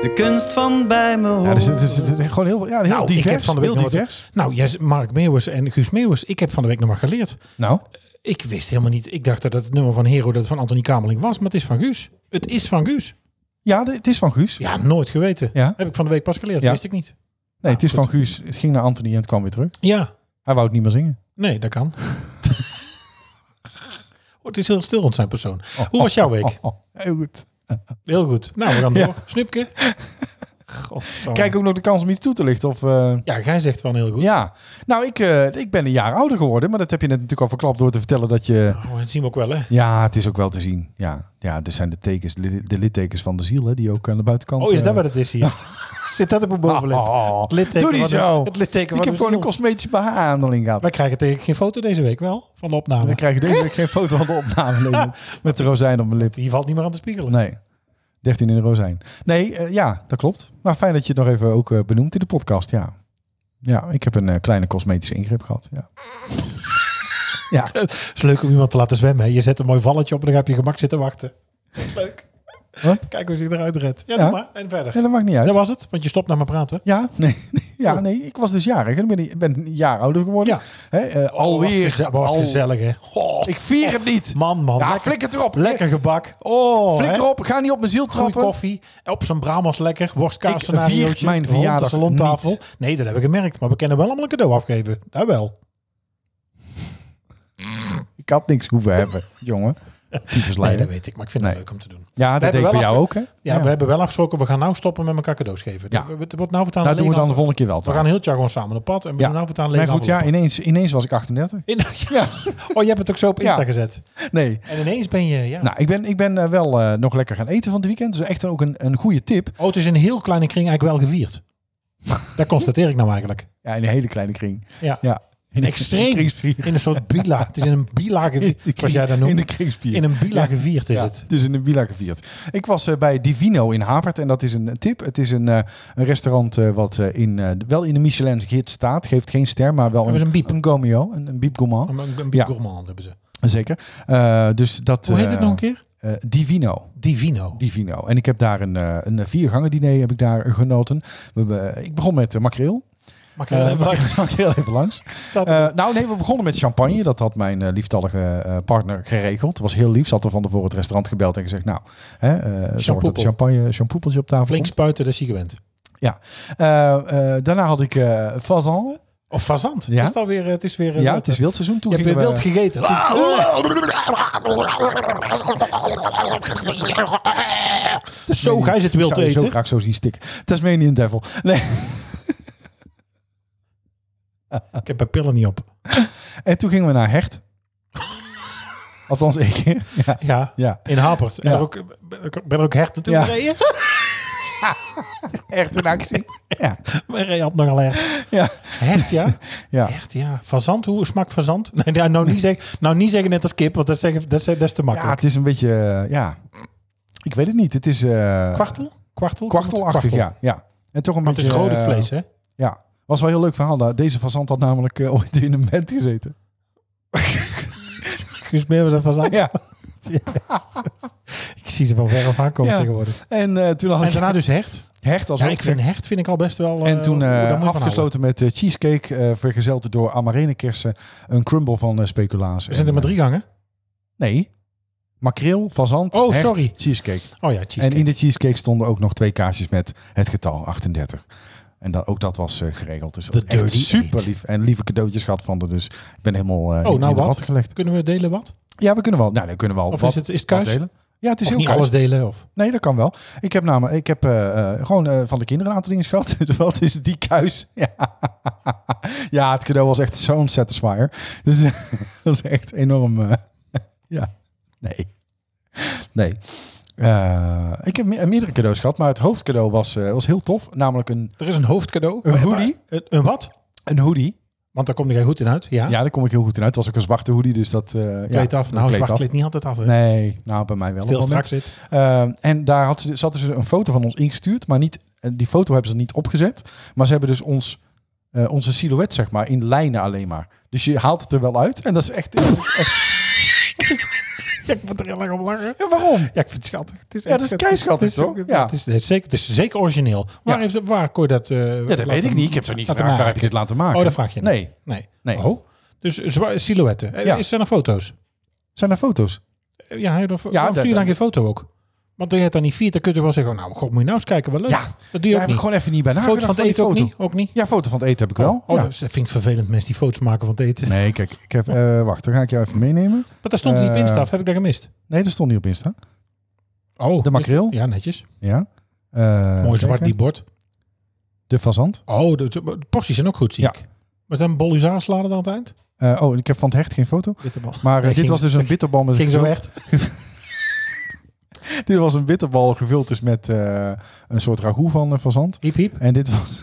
De kunst van bij me Ja, horen. dus het is, het is gewoon heel, ja, heel Nou, ik heb divers. van de week heel nog wat- divers. Nou, yes, Mark Meeuwers en Guus Meeuwers, ik heb van de week nog wat geleerd. Nou, Ik wist helemaal niet, ik dacht dat het nummer van Hero dat het van Anthony Kameling was, maar het is van Guus. Het is van Guus. ja, de- het is van Guus. Ja, nooit geweten. Ja. Heb ik van de week pas geleerd, Ja. wist ik niet. Nee, het is goed. van Guus. Het ging naar Anthony en het kwam weer terug. Ja, Hij wou het niet meer zingen. nee, dat kan. Oh, het is heel stil rond zijn persoon. Hoe was jouw week? Oh, oh, heel goed. Heel goed. Nou, we gaan Ja. door. Snoepke. Godsamme. Krijg ik ook nog de kans om iets toe te lichten? Of, eh, Ja, jij zegt van heel goed. ja. Nou, ik, eh, ik ben een jaar ouder geworden. Maar dat heb je net natuurlijk al verklapt door te vertellen dat je... Oh, dat zien we ook wel, hè? Ja, het is ook wel te zien. Ja, ja dit zijn de, tekens, li- de littekens van de ziel, hè, die ook aan de buitenkant... Oh, is dat eh, wat het is hier? Zit dat op een bovenlip? Oh, Het litteken doe niet van de- zo. het litteken ik van heb de gewoon een ziel. cosmetische behandeling gehad. Wij krijgen tegen geen foto deze week wel, van de We opname. krijgen deze week geen foto van de opname. nee, met- Met de rozijn op mijn lip. Die valt niet meer aan te spiegelen. Nee. 13 in de rozijn. Nee, eh, ja, dat klopt. Maar fijn dat je het nog even ook eh, benoemt in de podcast. Ja, ja ik heb een eh, kleine cosmetische ingreep gehad. Ja. ja. Het is leuk om iemand te laten zwemmen. hè. Je zet een mooi valletje op en dan ga je op je gemak zitten wachten. Leuk. Wat? Kijk hoe ze eruit redt. Ja, Ja. doe maar. En verder. Nee, dat maakt niet Dat uit. was het, want je stopt naar me praten. Ja, nee, nee, ja, nee, ik was dus jarig en ik ben, ik ben een jaar ouder geworden. Ja. Hè, eh, alweer. Oh, Was, geze- was al- gezellig, hè? Goh. Ik vier het niet. Man, man. ja, lekker, flikker het erop. lekker gebak. Oh, Flikker hè? op. Ga niet op mijn ziel Goeie trappen. koffie. Op zijn Bramers lekker. Ik Worstkaas vier mijn verjaardag salontafel. niet. Nee, dat heb ik gemerkt. Maar we kunnen wel allemaal een cadeau afgeven. Daar wel. Ik had niks hoeven hebben, jongen. Nee, dat Tyfusleider. weet ik. Maar ik vind het leuk om te doen. ja, dat deed ik hebben bij wel jou afge- ook, hè? Ja, we hebben wel afgesproken. We gaan nou stoppen met elkaar cadeaus geven. Ja. We- we- Het wordt nou voortaan Dat doen we alleen dan de aan- volgende keer wel. We gaan heel het jaar gewoon samen op pad. En we ja. doen nou voortaan alleen maar goed, ja, enveloppen. ineens, ineens was ik 38. In- Ja, Oh, je hebt het ook zo op Insta Ja. gezet. nee. En ineens ben je... Ja. Nou, ik ben, ik ben eh, wel eh, nog lekker gaan eten van het weekend. Dus echt ook een, een goede tip. Oh, het is in een heel kleine kring eigenlijk wel gevierd. dat constateer ik nou eigenlijk. Ja, in een hele kleine kring. Ja. Ja. In In extreem. de kringsvier. In een soort bila. Het is in een bila gevierd. Zoals jij dat noemt. In de kringspier. In een bila Ja. gevierd is Ja, het. is in de Bila gevierd. Ik was eh, bij Divino in Hapert en dat is een tip. Het is een, eh, een restaurant eh, wat eh, in, eh, wel in de Michelin-gids staat. Geeft geen ster, maar wel Dat Oh, is een Oh. biep. Een gomio, een, een biep gourmand. Een, een, een Ja. gourmand hebben ze. Zeker. Eh, dus dat, Hoe heet het eh, nog een keer? eh, Divino. Divino. Divino. En ik heb daar een, eh, een viergangen diner heb ik daar genoten. We, hebben- ik begon met eh, makreel. Mag ik Eh, even- Mag ik- mag ik heel even langs? staat er- Eh, nou nee, we begonnen met champagne. Dat had mijn eh, lieftallige eh, partner geregeld. Het was heel lief. Ze had er van tevoren het restaurant gebeld en gezegd... nou, hè, eh zorg dat Champoepel. de champagne, champoepeltje op tafel flink komt. spuiten, dat zie je gewend. Ja. Eh, eh, daarna had ik eh fazan. Of fazant. Ja. Is het, alweer, het is weer... eh, Ja, wild, het is hè? wildseizoen. Toen Je hebt weer gingen wild we- gegeten. Zo ga je het wild zou je eten. Zo graag zo zien stikken. Tasmanian Devil. Nee. Ik heb mijn pillen niet op. En toen gingen we naar Hecht. Althans, ik. Ja. Ja, ja. in Hapert. En Ja. er ook, ben ik- ben er ook herten toe Ja. gereden. Echt een actie. Ja. Maar hij had nogal hert. Ja. Hert, ja? ja. Echt, ja. Fazant, hoe smaakt fazant? Nee, nou, nou, niet zeggen, nou niet zeggen net als kip, want dat, zeggen, dat, is, dat is te Ja, makkelijk. het is een beetje... eh, ja. Ik weet het niet. Het is... eh, kwartel? Kwartel? Kwartelachtig, ja. ja. En toch een Want het beetje... is rodelijk eh, vlees, hè? Ja. Was wel een heel leuk verhaal. daar. Deze fazant had namelijk eh, ooit in een band gezeten. Gesmeerd met een fazant. Ja. Ik zie ze van ver af aankomen Ja. tegenwoordig. En eh, toen had En ik daarna dus hert. Hecht als Ja, ook ik vind hert vind ik al best wel... eh, En toen eh, daar moet je van houden. afgesloten met eh, cheesecake, eh, vergezeld door amarene kersen, een crumble van eh, speculaas. We zijn En, er maar drie gangen. eh, Nee. Makreel, fazant, Oh, hecht, sorry. cheesecake. Oh ja, cheesecake. En in de cheesecake stonden ook nog twee kaasjes met het getal 38. En dat, ook dat was eh, geregeld. Dus The echt Dirty super Eight. lief. En lieve cadeautjes gehad van de. Dus ik ben helemaal eh Oh, in- nou in de wat? watten gelegd. Kunnen we delen wat? Ja, we kunnen wel. Nou, dan kunnen we al Of wat, is het, is het wat kuis? delen. Ja, het is Of heel niet koud. alles delen. Of... Nee, dat kan wel. Ik heb namelijk, ik heb eh, eh, gewoon eh, van de kinderen een aantal dingen gehad. Dus Wat is die kuis? Ja, ja het cadeau was echt zo'n satisfier. Dus dat is echt enorm. eh, ja, nee. Nee. Eh, ik heb me- meerdere cadeaus gehad, maar het hoofdcadeau was, eh, was heel tof. Namelijk een, Er is een hoofdcadeau. Een hoodie? Een, een wat? een hoodie. Want daar kom jij goed in uit. Ja. Ja, daar kom ik heel goed in uit. Het was ook een zwarte hoodie, dus dat... eh ja, Kleed af. Nou, kleed zwart af. kleed niet altijd af. Hè? Nee, nou bij mij wel. op Stil het moment. straks dit. Ehm, en daar had ze, zat ze een foto van ons ingestuurd, maar niet, eh, die foto hebben ze niet opgezet. Maar ze hebben dus ons, eh, onze silhouet, zeg maar, in lijnen alleen maar. Dus je haalt het er wel uit. En dat is echt. Ja, ik moet er heel erg om lachen. ja, waarom? Ja, ik vind het schattig. Het is Ja, dat is keischattig, het is- toch? Ja. Ja. Het, is, het, is zeker, het is zeker origineel. Waar, heeft, het- waar kon je dat... eh, Ja, dat laten- weet ik niet. Ik heb ze niet laten gevraagd. Waar heb je maken? dit laten maken? Oh, dat vraag je niet. Nee. Nee. Nee. Oh. Dus eh, zwa- silhouetten. Eh, Ja. Is zijn er foto's? Zijn er foto's? Eh, Ja, ja, dan ja dat- stuur je dan dat- geen foto ook. Want als je het dan niet viert, dan kun je wel zeggen... Nou, god, moet je nou eens kijken. Wat leuk. Ja, dat doe je Daar ook heb niet. ik gewoon even niet bij nagedacht. Foto van het die eten ook foto. niet? Ook niet? Ja, foto van het eten heb ik wel. Oh, ja. dat vind ik vervelend, mensen die foto's maken van het eten. Nee, kijk, ik heb, eh, wacht, dan ga ik jou even meenemen. Maar daar stond hij niet op Eh, Insta, of heb ik dat gemist? Nee, dat stond niet op Insta. Oh, de makreel? Ja, netjes. Ja. Eh, Mooi zwart kijken. die bord. De fazant. Oh, de, de porties zijn ook goed, zie Ja. ik. Maar zijn Bollizaar sladen dan aan het eind? Eh, oh, ik heb van het hecht geen foto. Bitterbal. Maar eh, Nee, dit ging- was dus een bitterbal met Ging zo gevuld- echt. Dit was een bitterbal gevuld dus met eh, een soort ragout van eh, fazant. Hiep, hiep. En dit was...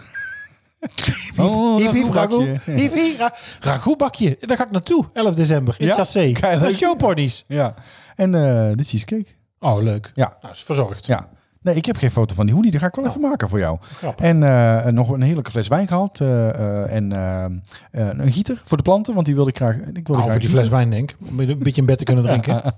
Oh, Hiep, hiep, ragout. ragoutbakje. Hiep, hiep, ra- ragoutbakje. Daar ga ik naartoe, 11 december, in Ja? Chassé. Kei Met leuk. showponies. Ja. En eh, de cheesecake. Oh, leuk. Ja. Nou, is verzorgd. Ja. Nee, ik heb geen foto van die hoodie. Die ga ik wel even maken voor jou. Nou. Grappig. En eh, nog een heerlijke fles wijn gehad. eh, eh, en eh, eh, een gieter voor de planten, want die wilde ik graag... Ik wilde Nou, graag voor die gieten. fles wijn, denk ik. Om een beetje in bed te kunnen drinken.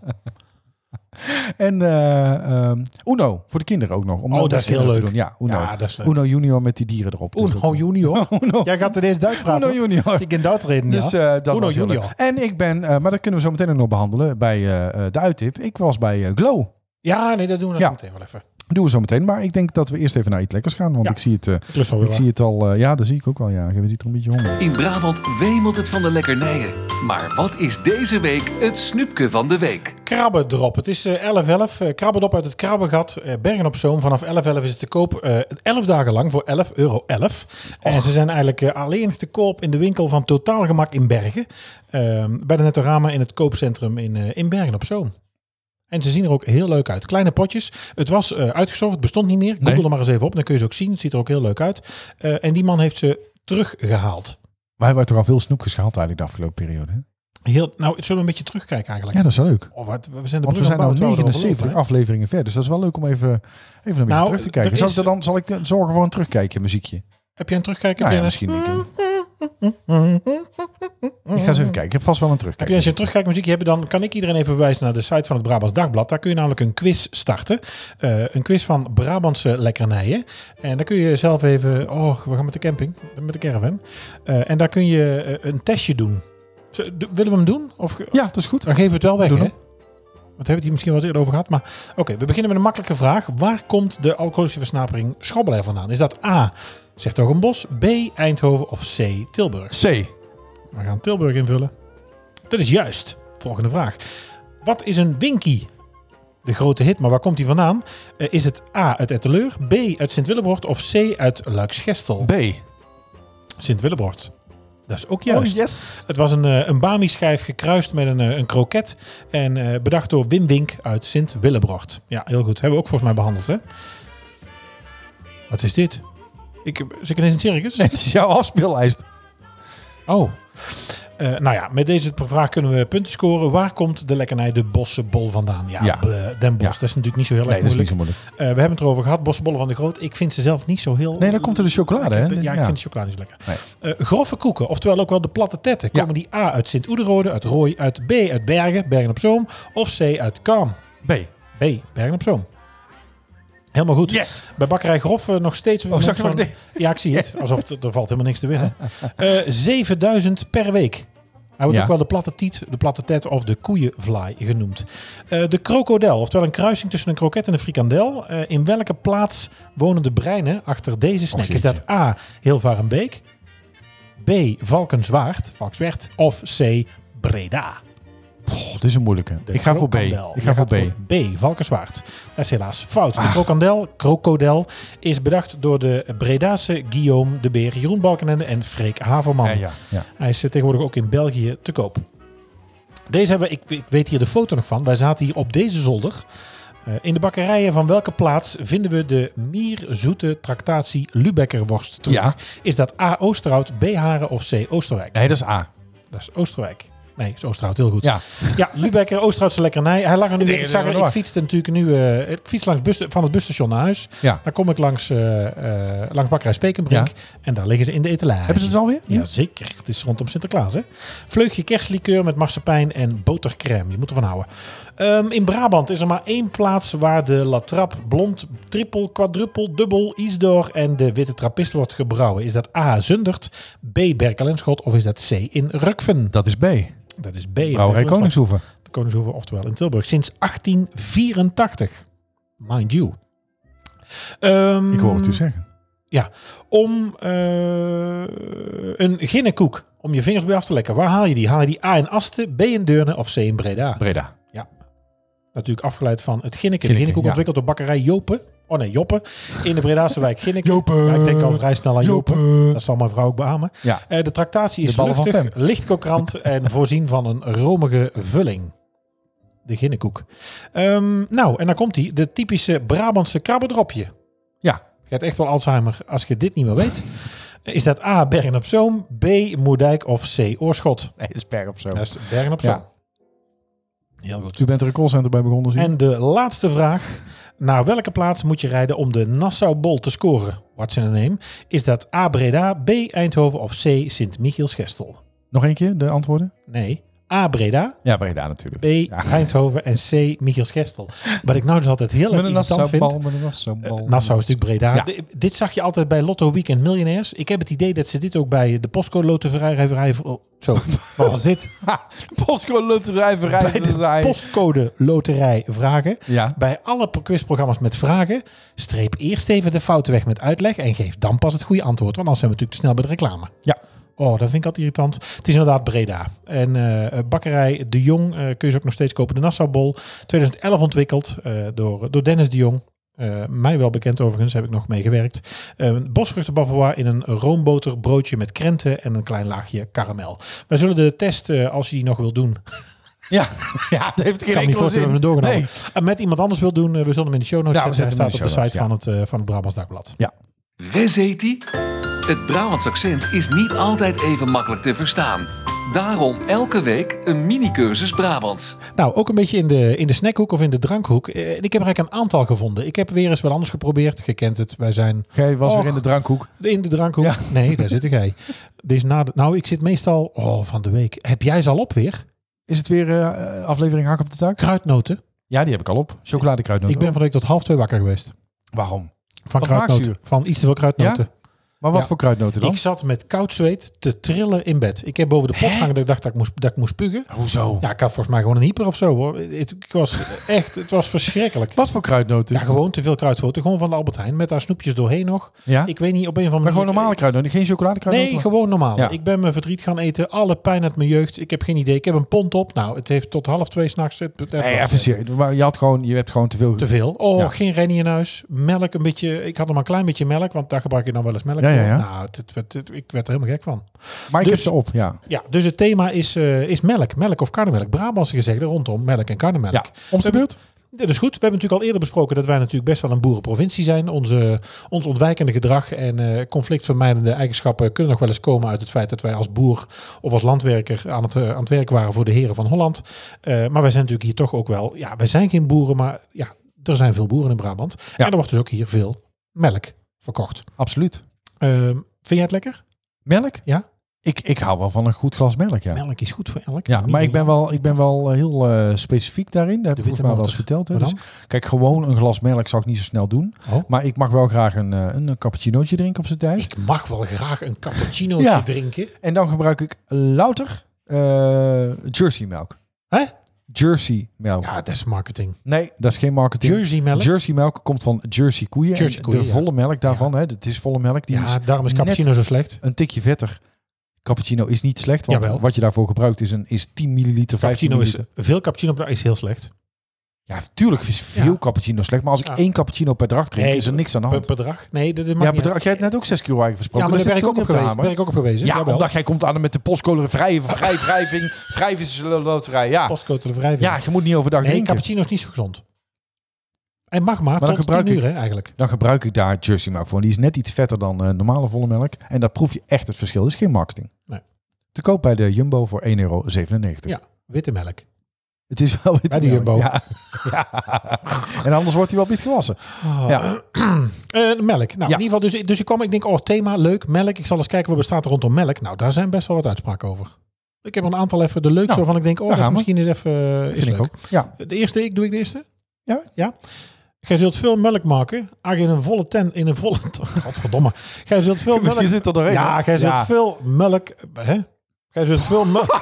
En eh, ehm, Uno, voor de kinderen ook nog. Om Oh, dat dat met is de kinderen heel te leuk. doen. Ja, Uno. Ja, dat is leuk. Uno junior met die dieren erop. Dus dat- Uno junior. Jij gaat er eerst Duits praten. Uno junior. Ik in Duits reden, Dus ja. eh, dat Uno was heel Junior. leuk. En ik ben, eh, maar dat kunnen we zo meteen ook nog behandelen bij eh, eh, de uittip. Ik was bij eh, Glow. Ja, nee, dat doen we dan Ja. zo meteen wel even. Doen we zo meteen. Maar ik denk dat we eerst even naar iets lekkers gaan. Want Ja. ik zie het, eh, Ik lust alweer ik zie het al. eh, ja, dat zie ik ook wel. Ja, ik heb het hier toch een beetje honger. In Brabant wemelt het van de lekkernijen. Maar wat is deze week het snoepje van de week? Krabbendrop. Het is eh, 11.11. eh Krabbendrop uit het Krabbengat. eh, Bergen op Zoom. Vanaf 11.11 is het te koop. eh 11 dagen lang voor 11,11 euro. En ze zijn eigenlijk eh, alleen te koop in de winkel van Totaal Gemak in Bergen. Ehm, bij de Nettorama in het koopcentrum in, eh, in Bergen op Zoom. En ze zien er ook heel leuk uit. Kleine potjes. Het was eh uitgestorven. Het bestond niet meer. Google Nee. er maar eens even op. Dan kun je ze ook zien. Het ziet er ook heel leuk uit. Eh, en die man heeft ze teruggehaald. Wij hebben toch al veel snoepjes gehaald eigenlijk de afgelopen periode. Hè? Heel, nou, zullen we een beetje terugkijken eigenlijk? Ja, dat is wel leuk. Oh, wat, we zijn, de Want we brug zijn nou aan nu het bouwen, terwijl we erover lopen, 79 hè? afleveringen verder. Dus dat is wel leuk om even, even een beetje Nou, terug te kijken. er Zal ik, is- er dan, zal ik er zorgen voor een terugkijken muziekje? Heb jij een terugkijker? Hm, Nou ja, Heb jij misschien. Ik, eh, ik ga eens even kijken. Ik heb vast wel een terugkijken. Mm-hmm. Heb je als je een terugkijkmuziekje hebt, dan kan ik iedereen even verwijzen naar de site van het Brabants Dagblad. Daar kun je namelijk een quiz starten. Eh, een quiz van Brabantse lekkernijen. En daar kun je zelf even... Oh, we gaan met de camping, met de caravan. Eh, en daar kun je eh, een testje doen. Z- d- willen we hem doen? Of, Ja, dat is goed. Dan geven we het wel weg, Doe hè? hem. Want we hebben het hier misschien wel eens eerder over gehad. Maar oké, we beginnen met een makkelijke vraag. Waar komt de alcoholische versnapering schrobbelair vandaan? Is dat A, zegt ook een bos, B, Eindhoven of C, Tilburg? C. We gaan Tilburg invullen. Dat is juist. Volgende vraag. Wat is een winkie? De grote hit, maar waar komt die vandaan? Eh, Is het A uit Etteleur, B uit Sint-Willebord of C uit Luiksgestel? B. Oh, Sint-Willebord. Dat is ook juist. yes. Het was een, eh, een Bami-schijf gekruist met een, eh, een kroket. En eh, bedacht door Wim Wink uit Sint-Willebrocht. Ja, heel goed. Hebben we ook volgens mij behandeld, hè? Wat is dit? Ik, heb- zit ik ineens in een circus? Het is jouw afspeellijst. Oh. Eh, nou ja, met deze vraag kunnen we punten scoren. Waar komt de lekkernij de Bossenbol vandaan? Ja, Ja. bleh, Den Bosch. Ja. Dat is natuurlijk niet zo heel erg Nee, dat is niet moeilijk. zo moeilijk. Eh, we hebben het erover gehad, Bossenbollen van de Groot. Ik vind ze zelf niet zo heel... Nee, dan komt er de chocolade, Ik hè? heb- Ja, ik vind de chocolade niet zo lekker. Eh, grove koeken, oftewel ook wel de platte tetten. Ja. Komen die A uit Sint-Oederode, uit Rooi, uit B uit Bergen, Bergen-op-Zoom of C uit Kam? B. B, Bergen-op-Zoom. Helemaal goed. Yes. Bij Bakkerij Grof eh, nog steeds... Oh, zag je nog wat zo'n- ik Ja, ik zie het. Alsof het- er valt helemaal niks te winnen. Eh 7000 per week. Hij wordt Ja. ook wel de platte tiet, de platte tet of de koeienvlaai genoemd. Eh, de krokodel, oftewel een kruising tussen een kroket en een frikandel. Eh, in welke plaats wonen de breinen achter deze snack? Och, Is dat A, Hilvarenbeek, B, Valkenswaard, Valkswert of C, Breda? Goh, dit is een moeilijke. De ik ga voor B. krokandel. Ik Je ga voor B. Ah. gaat B, Valkenswaard. Dat is helaas fout. De krokandel, krokodel, is bedacht door de Bredase Guillaume de Beer, Jeroen Balkenende en Freek Haverman. Ja, ja, ja. Hij is eh, tegenwoordig ook in België te koop. Deze hebben we, ik, ik weet hier de foto nog van. Wij zaten hier op deze zolder. Eh, in de bakkerijen van welke plaats vinden we de mierzoete tractatie Lubekkerworst terug? Ja. Is dat A. Oosterhout, B. Haren of C. Oosterwijk? Nee, dat is A. Dat is Oosterwijk. Nee, is Oosterhout heel goed. Ja. Ja, Lubecker, Oosterhoutse lekkernij. Hij lag er nu. denk Ik, dat zag, we er- door. ik fietste natuurlijk nu. eh, ik fiets langs bus, van het busstation naar huis. Ja. Dan kom ik langs, eh, eh, langs Bakkerij Spekenbrink. Ja. En daar liggen ze in de etalage. Hebben ze het alweer? Ja, zeker. Het is rondom Sinterklaas, hè? Vleugje kerstlikeur met marsepein en botercrème. Je moet ervan houden. Ehm, in Brabant is er maar één plaats waar de latrap blond, trippel, quadruppel, dubbel, isdoor en de witte trappist wordt gebrouwen. Is dat A. Zundert, B. Berkel en Schot of is dat C. in Rukven? Dat is B. Dat is B. Brouwerij Berkel en Schot. Koningshoeven. De Koningshoeve, oftewel in Tilburg. Sinds 1884. Mind you. Ehm, Ik hoor het u zeggen. Ja. Om eh, een ginnekoek. Om je vingers bij af te lekken. Waar haal je die? Haal je die A in Asten, B in Deurne of C in Breda? Breda. Natuurlijk afgeleid van het ginneken. Ginneken, De ginnekoek ja. ontwikkeld door bakkerij Jopen. Oh nee, Joppe. In de Bredaanse wijk Ginneken. Joppe. Ja, ik denk al vrij snel aan Joppe. Joppe. Dat zal mijn vrouw ook beamen. Ja. Eh, de tractatie is De ballen van luchtig, licht krokant en voorzien van een romige vulling. De ginnekoek. Ehm, nou, en dan komt hij. De typische Brabantse krabbedropje. Ja. Je hebt echt wel Alzheimer als je dit niet meer weet. Is dat A, Bergen op Zoom, B, Moerdijk of C, Oorschot? Nee, dat is per op zo. Dat is Bergen op Zoom. Ja. Heel goed. U bent er een callcenter bij begonnen. zie ik. En de laatste vraag. Naar welke plaats moet je rijden om de Nassau-Bol te scoren? What's in a name? Is dat A, Breda, B, Eindhoven of C, Sint-Michiels-Gestel? Nog één keer de antwoorden? Nee. A, Breda, Ja, Breda natuurlijk. B, Eindhoven en C, Michiels-Gestel. Wat ik nou dus altijd heel erg Met een irritant vind... Nassaubal, met een Nassaubal. Eh, Nassau is natuurlijk Breda. Ja. D- dit zag je altijd bij Lotto Weekend Miljonairs. Ik heb het idee dat ze dit ook bij de postcode loterij... Oh, zo, wat was dit? Ha, de postcode loterij Bij verrijden de zijn. postcode loterij vragen. Ja. Bij alle quizprogramma's met vragen... streep eerst even de fouten weg met uitleg... en geef dan pas het goede antwoord. Want anders zijn we natuurlijk te snel bij de reclame. Ja. Oh, dat vind ik altijd irritant. Het is inderdaad Breda. En eh, bakkerij De Jong eh, kun je ze ook nog steeds kopen. De Nassaubol, 2011 ontwikkeld eh, door, door Dennis De Jong. Eh, mij wel bekend overigens, heb ik nog meegewerkt. Een bosvruchtenbavarois in een roomboterbroodje met krenten en een klein laagje karamel. Wij zullen de test, eh, als je die nog wil doen, Ja. ja, dat heeft geen ik kan me niet enkele voorstellen zin. dat we hem doorgenomen. Nee. En met iemand anders wil doen, eh, we zullen hem in de show notes Ja, we zetten. Hij zetten hem staat in de op de site show van, notes, het, eh, van het Brabants Dagblad. Wes heet die? Het Brabants accent is niet altijd even makkelijk te verstaan. Daarom elke week een mini-cursus Brabants. Nou, ook een beetje in de, in de snackhoek of in de drankhoek. Eh, en ik heb er eigenlijk een aantal gevonden. Ik heb weer eens wat anders geprobeerd. Je kent het, wij zijn Jij was Och. weer in de drankhoek. in de drankhoek. Ja. Nee, daar zit jij. Dit is na de- nou, ik zit meestal... Oh, van de week. Heb jij ze al op weer? Is het weer eh, aflevering Hak op de Taak? Kruidnoten. Ja, die heb ik al op. Chocoladekruidnoten. Ik ben van de week tot half twee wakker geweest. Waarom? Van Wat kruidnoten. maakzuur? Van iets te veel kruidnoten. Maar wat Ja. voor kruidnoten dan? Ik zat met koud zweet te trillen in bed. Ik heb boven de pot Hè? hangen dat ik dacht dat ik moest, dat ik moest pugen. Hoezo? Ja, ik had volgens mij gewoon een hyper of zo hoor. Het, ik was echt, het was verschrikkelijk. Wat voor kruidnoten? Ja, gewoon te veel kruidvoten. Gewoon van de Albert Heijn met haar snoepjes doorheen nog. Ja? Ik weet niet op een of andere maar gewoon normale Ik- kruidnoten, geen chocoladekruidnoten? Nee, gewoon normaal. Ja. Ik ben mijn verdriet gaan eten. Alle pijn uit mijn jeugd. Ik heb geen idee. Ik heb een pond op. Nou, het heeft tot half twee s'nachts. Nee, even serieus. Maar je, had gewoon, je hebt gewoon te veel... Te veel. Oh, Ja. geen rennie in huis. Melk een beetje. Ik had nog maar een klein beetje melk, want daar gebruik je dan wel eens melk Ja, ja, voor. ja. Nou, het, het werd- het- ik werd er helemaal gek van. maar ik dus- heb ze op, ja. Ja, dus het thema is, eh, is melk. Melk of karnemelk. Brabantse gezegde rondom melk en karnemelk. Ja, om de beurt. Dit is goed. We hebben natuurlijk al eerder besproken dat wij natuurlijk best wel een boerenprovincie zijn. Onze, ons ontwijkende gedrag en eh, conflictvermijdende eigenschappen kunnen nog wel eens komen uit het feit dat wij als boer of als landwerker aan het, eh, aan het werk waren voor de heren van Holland. Eh, maar wij zijn natuurlijk hier toch ook wel, ja, wij zijn geen boeren, maar ja, er zijn veel boeren in Brabant. En er wordt dus ook hier veel melk verkocht. Absoluut. Ehm, vind jij het lekker? Melk? Ja. Ik, ik hou wel van een goed glas melk, ja. Melk is goed voor elk. Ja, maar ik ben wel, ik ben wel eh, heel eh, specifiek daarin. Dat heb De ik witte volgens mij wel eens motor. verteld. Hè. Wat Dus, kijk, gewoon een glas melk zou ik niet zo snel doen. Oh. Maar ik mag wel graag een, eh, een cappuccinootje drinken op zijn tijd. Ik mag wel graag een cappuccinootje Ja. drinken. En dan gebruik ik louter eh, Jersey melk. Hè? Jersey melk. Ja, dat is marketing. Nee, dat is geen marketing. Jersey melk. Jersey melk komt van Jersey koeien. Jersey en koeien, de ja. volle melk daarvan, hè, dat is volle melk, die Ja, is daarom is net cappuccino zo slecht. een tikje vetter. Cappuccino is niet slecht, want Jawel. wat je daarvoor gebruikt is, een, is 10 milliliter, 15 Cappuccino is, milliliter. veel cappuccino is heel slecht. Ja, tuurlijk is veel cappuccino slecht, maar als ik Ja. één cappuccino per dag drink, Nee, is er niks aan de Per hand. bedrag? Nee, dat, dat Ja, maakt niet bedrag, uit. jij hebt net ook 6 kilo eigenlijk Ja, versproken. maar daar zit ben ik toen ook op te geweest. hameren. Ben ik ook op geweest. Ja, jawel. omdat jij komt aan met de postcode vrij, vrij, wrijving, vrijvissersloterij. Ja. Postcode de wrijving. ja, je moet niet overdag nee, drinken. cappuccino is niet zo gezond. Hij mag maar, dan tot gebruik 10 ik- uur hè, eigenlijk. Dan gebruik ik daar Jersey Milk voor. Die is net iets vetter dan eh, normale volle melk. En daar proef je echt het verschil. Dus geen marketing. Nee. Te koop bij de Jumbo voor 1,97 euro. Ja, witte melk. Het is wel wit. Bij de Jumbo. Ja. Ja. En anders wordt hij wel wit gewassen. Oh, Ah. Ja. Eh, melk. Nou, Ja. in ieder geval, dus, dus ik kwam, ik denk, oh, thema, leuk, melk. Ik zal eens kijken wat bestaat er rondom melk. Nou, daar zijn best wel wat uitspraken over. Ik heb er een aantal even de leukste Nou, waarvan ik denk, oh, daar dat is gaan we. misschien eens even eh, is Vind ik leuk. ook. Ja. De eerste, ik doe ik de eerste? Ja. Ja. Gij zult veel melk maken, ach in een volle tent, in een volle... Godverdomme. Gij zult veel melk... Misschien zit er nog één, Ja, hè? gij zult Ja. veel melk... Hè? Gij zult veel melk...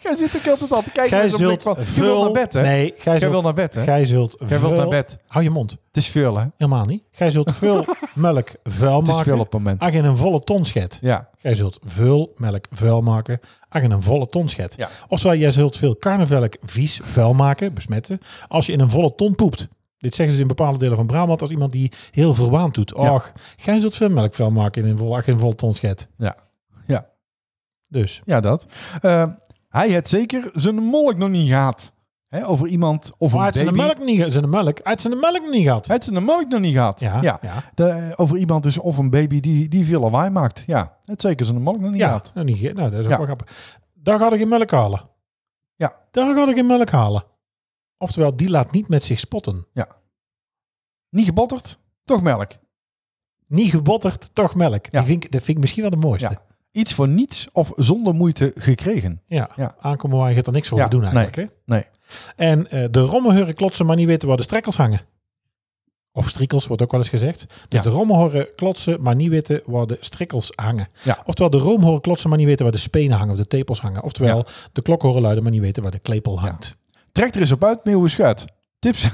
Jij zit ook altijd al te kijken Gij met zo'n blik zult van... Je veel... wil naar bed, hè? Nee, gij Jij zult... wil naar bed, hè? Gij zult Jij wilt veel- naar bed. Hou je mond. Het is veel, hè? Helemaal niet. Gij zult veel melk vuil Het maken. is veel op het moment. Ach, in een volle ton schet. Ja. Gij zult veel melk vuil maken. Ach, in een volle ton schet. Ja. Oftewel, jij zult veel karnevelk vies vuil maken, besmetten, als je in een volle ton poept. Dit zeggen ze dus in bepaalde delen van Brabant als iemand die heel verwaand doet. Och, gij zult veel melk vuil maken in een volle, ach, in een volle ton schet. Ja. Ja. Dus. Ja, dat. Eh, hij het zeker zijn molk nog niet gehad. Hè, over iemand of Maar een het zijn de baby. melk niet, ge- zijn de melk, het zijn de melk niet gehad. Hij heeft zijn melk nog niet gehad. Ja, ja. ja. De, eh, over iemand dus of een baby die, die veel lawaai maakt. Ja, het zeker zijn melk nog niet Ja, gehad. nou, niet, ge- nou, dat is ook Ja. wel grappig. Daar gaat ik in melk halen. Ja. Daar gaat ik in melk halen. Oftewel, die laat niet met zich spotten. Niet gebotterd, toch melk. Niet gebotterd, toch melk. Ja. Die vind ik, dat vind ik misschien wel de mooiste. Ja. Ja, Iets voor niets of zonder moeite gekregen. Ja. aankomen waar je gaat er niks voor Ja, doen eigenlijk. hè? Nee. En eh, de rommelheuren klotsen, maar niet weten waar de strekkels hangen. Of strikkels, wordt ook wel eens gezegd. Dus Ja. de rommelhoren klotsen, maar niet weten waar de strikkels hangen. Ja. Oftewel, de roomhoren klotsen, maar niet weten waar de spenen hangen of de tepels hangen. Oftewel, de klokhoren luiden, maar niet weten waar de klepel hangt. Trek er eens op uit, meeuwen schuit. Tips.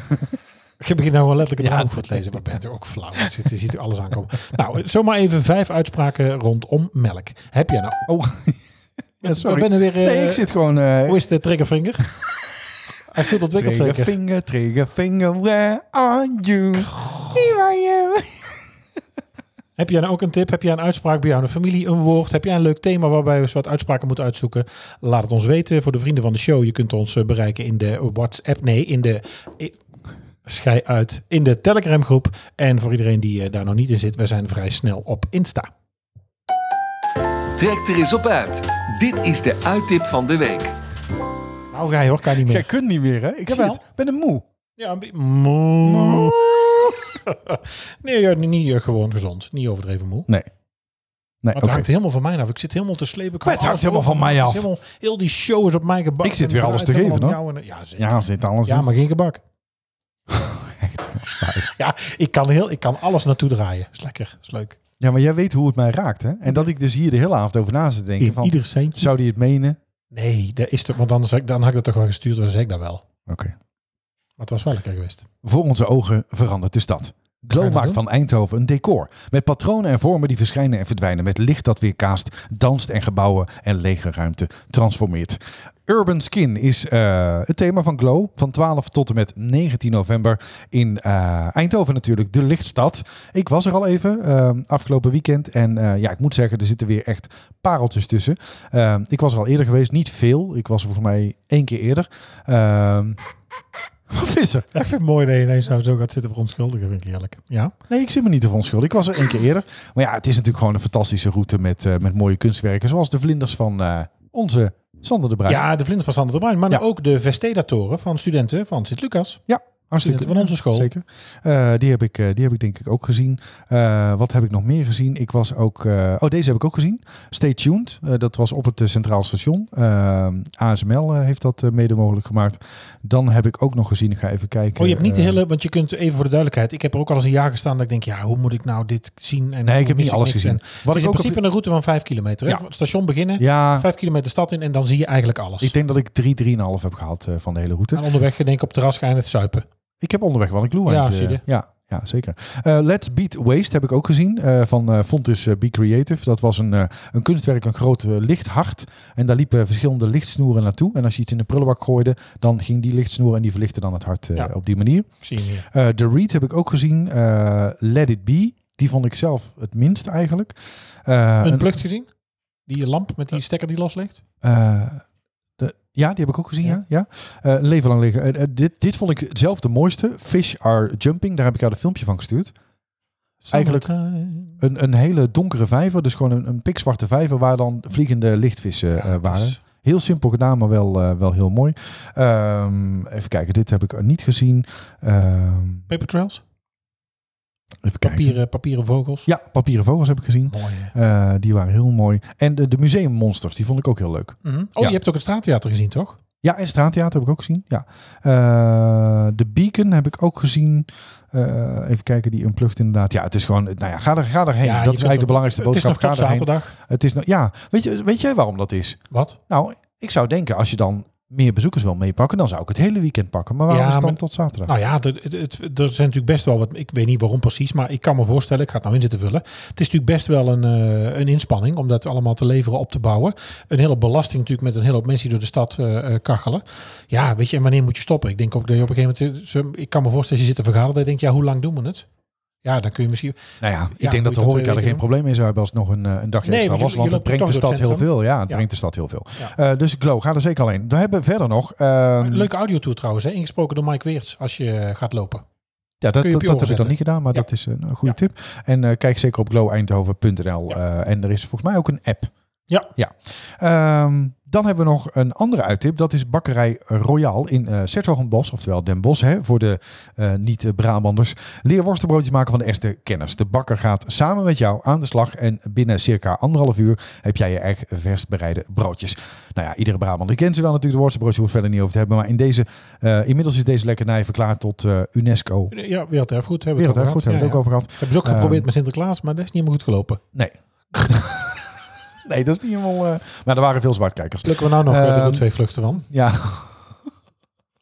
Je begint nou wel letterlijk het Ja. draaiboek voor te lezen. Maar bent ook flauw. Je ziet, je ziet er alles aankomen. Nou, zomaar even vijf uitspraken rondom melk. Heb jij nou... Oh, ja, sorry. We zijn weer... eh, nee, ik zit gewoon... eh Hoe is de triggervinger? Hij is goed ontwikkeld trigger zeker. finger, trigger finger, where are you? Here I am. Heb jij nou ook een tip? Heb jij een uitspraak bij jou in de familie? Een woord? Heb jij een leuk thema waarbij we eens wat uitspraken moeten uitzoeken? Laat het ons weten. Voor de vrienden van de show. Je kunt ons eh, bereiken in de WhatsApp. Nee, in de... i- Schij uit. In de Telegram groep. En voor iedereen die eh, daar nog niet in zit. Wij zijn vrij snel op Insta. Trek er eens op uit. Dit is de uittip van de week. Nou ga je hoor. Kan niet meer. Jij kunt niet meer, hè? Ik zie Jawel. het. Ik ben een moe. Ja, een be- moe. nee, ja, niet, niet, eh, gewoon gezond. Niet overdreven moe. Nee. Nee, Maar het oké. hangt helemaal van mij af. Ik zit helemaal te slepen. Ik Maar het hou hangt alles helemaal van over. mij Het is af. Helemaal, heel die show is op mij gebak. Ik zit En weer het alles draait te helemaal geven, om jou en- ja, zeker. Ja, zit alles ja, in. maar geen gebak. Echt. Ja, ik kan, heel, ik kan alles naartoe draaien. Is lekker. Is leuk. Ja, maar jij weet hoe het mij raakt, hè? En dat ik dus hier de hele avond over na zit te denken In van... ieder centje. Zou die het menen? Nee, dat is toch, want anders, had ik- dan had ik dat toch wel gestuurd. Dan zeg ik dat wel. Maar Oké. het was wel lekker geweest. Voor onze ogen verandert de stad. Wat ga je Glow nou maakt doen? van Eindhoven een decor. Met patronen en vormen die verschijnen en verdwijnen. Met licht dat weerkaast, danst en gebouwen en lege ruimte transformeert. Urban Skin is eh, het thema van Glow. Van 12 tot en met 19 november in eh, Eindhoven natuurlijk, de lichtstad. Ik was er al even eh, afgelopen weekend. En eh, ja, ik moet zeggen, er zitten weer echt pareltjes tussen. Eh, ik was er al eerder geweest, niet veel. Ik was er volgens mij één keer eerder. Ehm, wat is er? Ja, ik vind het mooi dat je ineens nou zo gaat zitten verontschuldigen. Vind ik eerlijk. Ja. Nee, ik zit me niet te verontschuldigen. Ik was er één keer eerder. Maar ja, het is natuurlijk gewoon een fantastische route met, eh, met mooie kunstwerken. Zoals de vlinders van eh, onze Sander de Bruin. Ja, de vlinder van Sander de Bruin. Maar Ja. nou ook de Vesteda-toren van studenten van Sint-Lucas. Hartstikke Studenten van onze Zeker. school. Eh, die, heb ik, eh, die heb ik denk ik ook gezien. Eh, wat heb ik nog meer gezien? Ik was ook... eh, oh, deze heb ik ook gezien. Stay tuned. Eh, dat was op het eh, Centraal Station. Eh, ASML eh, heeft dat eh, mede mogelijk gemaakt. Dan heb ik ook nog gezien... Ik ga even kijken. Oh, je hebt niet de eh, hele, want je kunt even voor de duidelijkheid. Ik heb er ook al eens een jaar gestaan dat ik denk, ja, hoe moet ik nou dit zien? En Nee, ik heb mis niet alles niks? gezien. En Wat het is ik Dus in ook op- principe een route van vijf kilometer. hè? Ja. Van Het station beginnen, Ja, vijf kilometer stad in en dan zie je eigenlijk alles. ik denk dat ik 3, 3,5 heb gehad eh, van de hele route. en onderweg denk ik op het terras ga je het zuipen. Ik heb onderweg wel een gloe Ja, eentje. zie je. Ja, ja. Ja, zeker. Eh, Let's Beat Waste heb ik ook gezien eh, van eh Fontis eh, Be Creative. Dat was een, eh, een kunstwerk, een groot eh, lichthart. En daar liepen verschillende lichtsnoeren naartoe. En als je iets in de prullenbak gooide, dan ging die lichtsnoer en die verlichtte dan het hart eh, Ja. op die manier. Ik zie hem hier. Eh, The Read heb ik ook gezien. Eh, Let It Be, die vond ik zelf het minst eigenlijk. Eh, Een een- plukt gezien? Die lamp met die stekker die los ligt? eh, de- ja, die heb ik ook gezien, ja. ja. Eh, een leven lang liggen. Eh, eh, dit, dit vond ik zelf de mooiste. Fish Are Jumping, daar heb ik jou een filmpje van gestuurd. Eigenlijk- Summertime. Een, een hele donkere vijver, dus gewoon een, een pikzwarte vijver waar dan vliegende lichtvissen eh, het waren. is- Heel simpel gedaan, maar wel, eh, wel heel mooi. Ehm, even kijken, dit heb ik niet gezien. Ehm, Paper trails? even kijken. Papieren, papieren vogels? Ja, papieren vogels heb ik gezien. Mooi. hè? Eh, die waren heel mooi. En de, de museummonsters, die vond ik ook heel leuk. Mhm. Oh, Ja. je hebt ook het straattheater gezien, toch? Ja, en straattheater heb ik ook gezien. Ja. Eh, de Beacon heb ik ook gezien. Eh, even kijken, die unplugged inderdaad. Ja, het is gewoon, nou ja, ga, er, ga erheen. Ja, je dat is bent eigenlijk de er- belangrijkste Het is boodschap. nog tot ga erheen. zaterdag. Het is nog, ja, weet, je, weet jij waarom dat is? Wat? Nou, ik zou denken, als je dan meer bezoekers wil meepakken, dan zou ik het hele weekend pakken. Maar waarom Ja, is het dan maar- tot zaterdag? Nou ja, er, het- het- er zijn natuurlijk best wel wat. Ik weet niet waarom precies, maar ik kan me voorstellen. Ik ga het nou in zitten vullen. Het is natuurlijk best wel een, eh, een inspanning om dat allemaal te leveren, op te bouwen. Een hele belasting natuurlijk met een hele hoop mensen die door de stad eh, eh, kachelen. Ja, weet je, en wanneer moet je stoppen? Ik denk ook dat je op een gegeven moment. zo- Ik kan me voorstellen, als je zit te vergaderen, dat je denkt, ja, hoe lang doen we het? Ja, dan kun je misschien. Nou ja, ik Ja, denk moet dat je de dat horeca er twee geen weken probleem in zou hebben als het nog een, eh, een dagje Nee, extra want je- was. je Want het loopt brengt de toch door stad heel het centrum. veel. Ja, het Ja. brengt de stad heel veel. Eh, dus Glow, ga er zeker alleen. We hebben verder nog... ehm, Leuke audiotour trouwens, hè? ingesproken door Mike Weerts als je eh, gaat lopen. Ja, dat, dat, Kun je op je dat heb ik oren dan niet gedaan, maar Ja. dat is een een goede tip. En eh, kijk zeker op gloweindhoven.nl. eh, en er is volgens mij ook een app. Ja. ja. Ehm, dan hebben we nog een andere uittip. Dat is Bakkerij Royal in eh Sertogenbos, oftewel Den Bosch. Hè, voor de eh, niet-Brabanders. Leer worstenbroodjes maken van de echte kenners. De bakker gaat samen met jou aan de slag. En binnen circa anderhalf uur heb jij je eigen vers bereide broodjes. Nou ja, iedere Brabander kent ze wel natuurlijk. De worstenbroodjes hoeven we verder niet over te hebben. Maar in deze, eh, inmiddels is deze lekkernij verklaard tot eh, UNESCO Ja, Werelderfgoed hebben we het over Werelderfgoed, gehad. hebben we het Ja, ook over gehad. ja. Hebben ze ook geprobeerd Ehm, met Sinterklaas, maar dat is niet helemaal goed gelopen. Nee. nee, dat is niet helemaal... eh, Maar er waren veel zwartkijkers. Plukken we nou nog Ehm, eh, de twee vluchten van? Ja,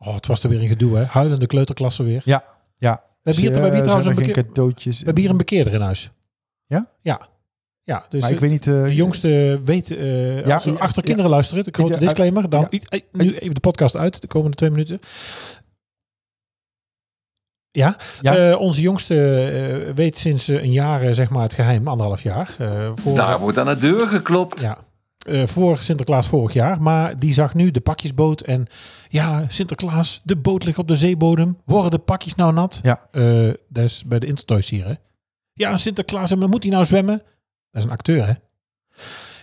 Oh, het was er weer een gedoe, hè? Huilende kleuterklassen weer. ja, ja. We hebben hier, we hebben hier Eh, trouwens zijn een, er geen bekeer, we cadeautjes. hebben hier een bekeerder in huis. Ja? Ja. Ja, dus Maar eh, ik weet niet... eh, de jongste weet... eh, Ja, als we ja, achter ja. kinderen luisteren, de grote Ja, disclaimer. Dan, ja. Eh, nu even de podcast uit, de komende twee minuten. Ja, Ja. Eh, onze jongste eh, weet sinds eh, een jaar, eh, zeg maar, het geheim, anderhalf jaar. eh, voor, Daar wordt aan de deur geklopt. Ja. Eh, voor Sinterklaas vorig jaar. Maar die zag nu de pakjesboot. En ja, Sinterklaas, de boot ligt op de zeebodem. Worden de pakjes nou nat? Ja. Eh, dat is bij de Intertoys hier, hè? Ja, Sinterklaas, en maar moet hij nou zwemmen? Dat is een acteur, hè?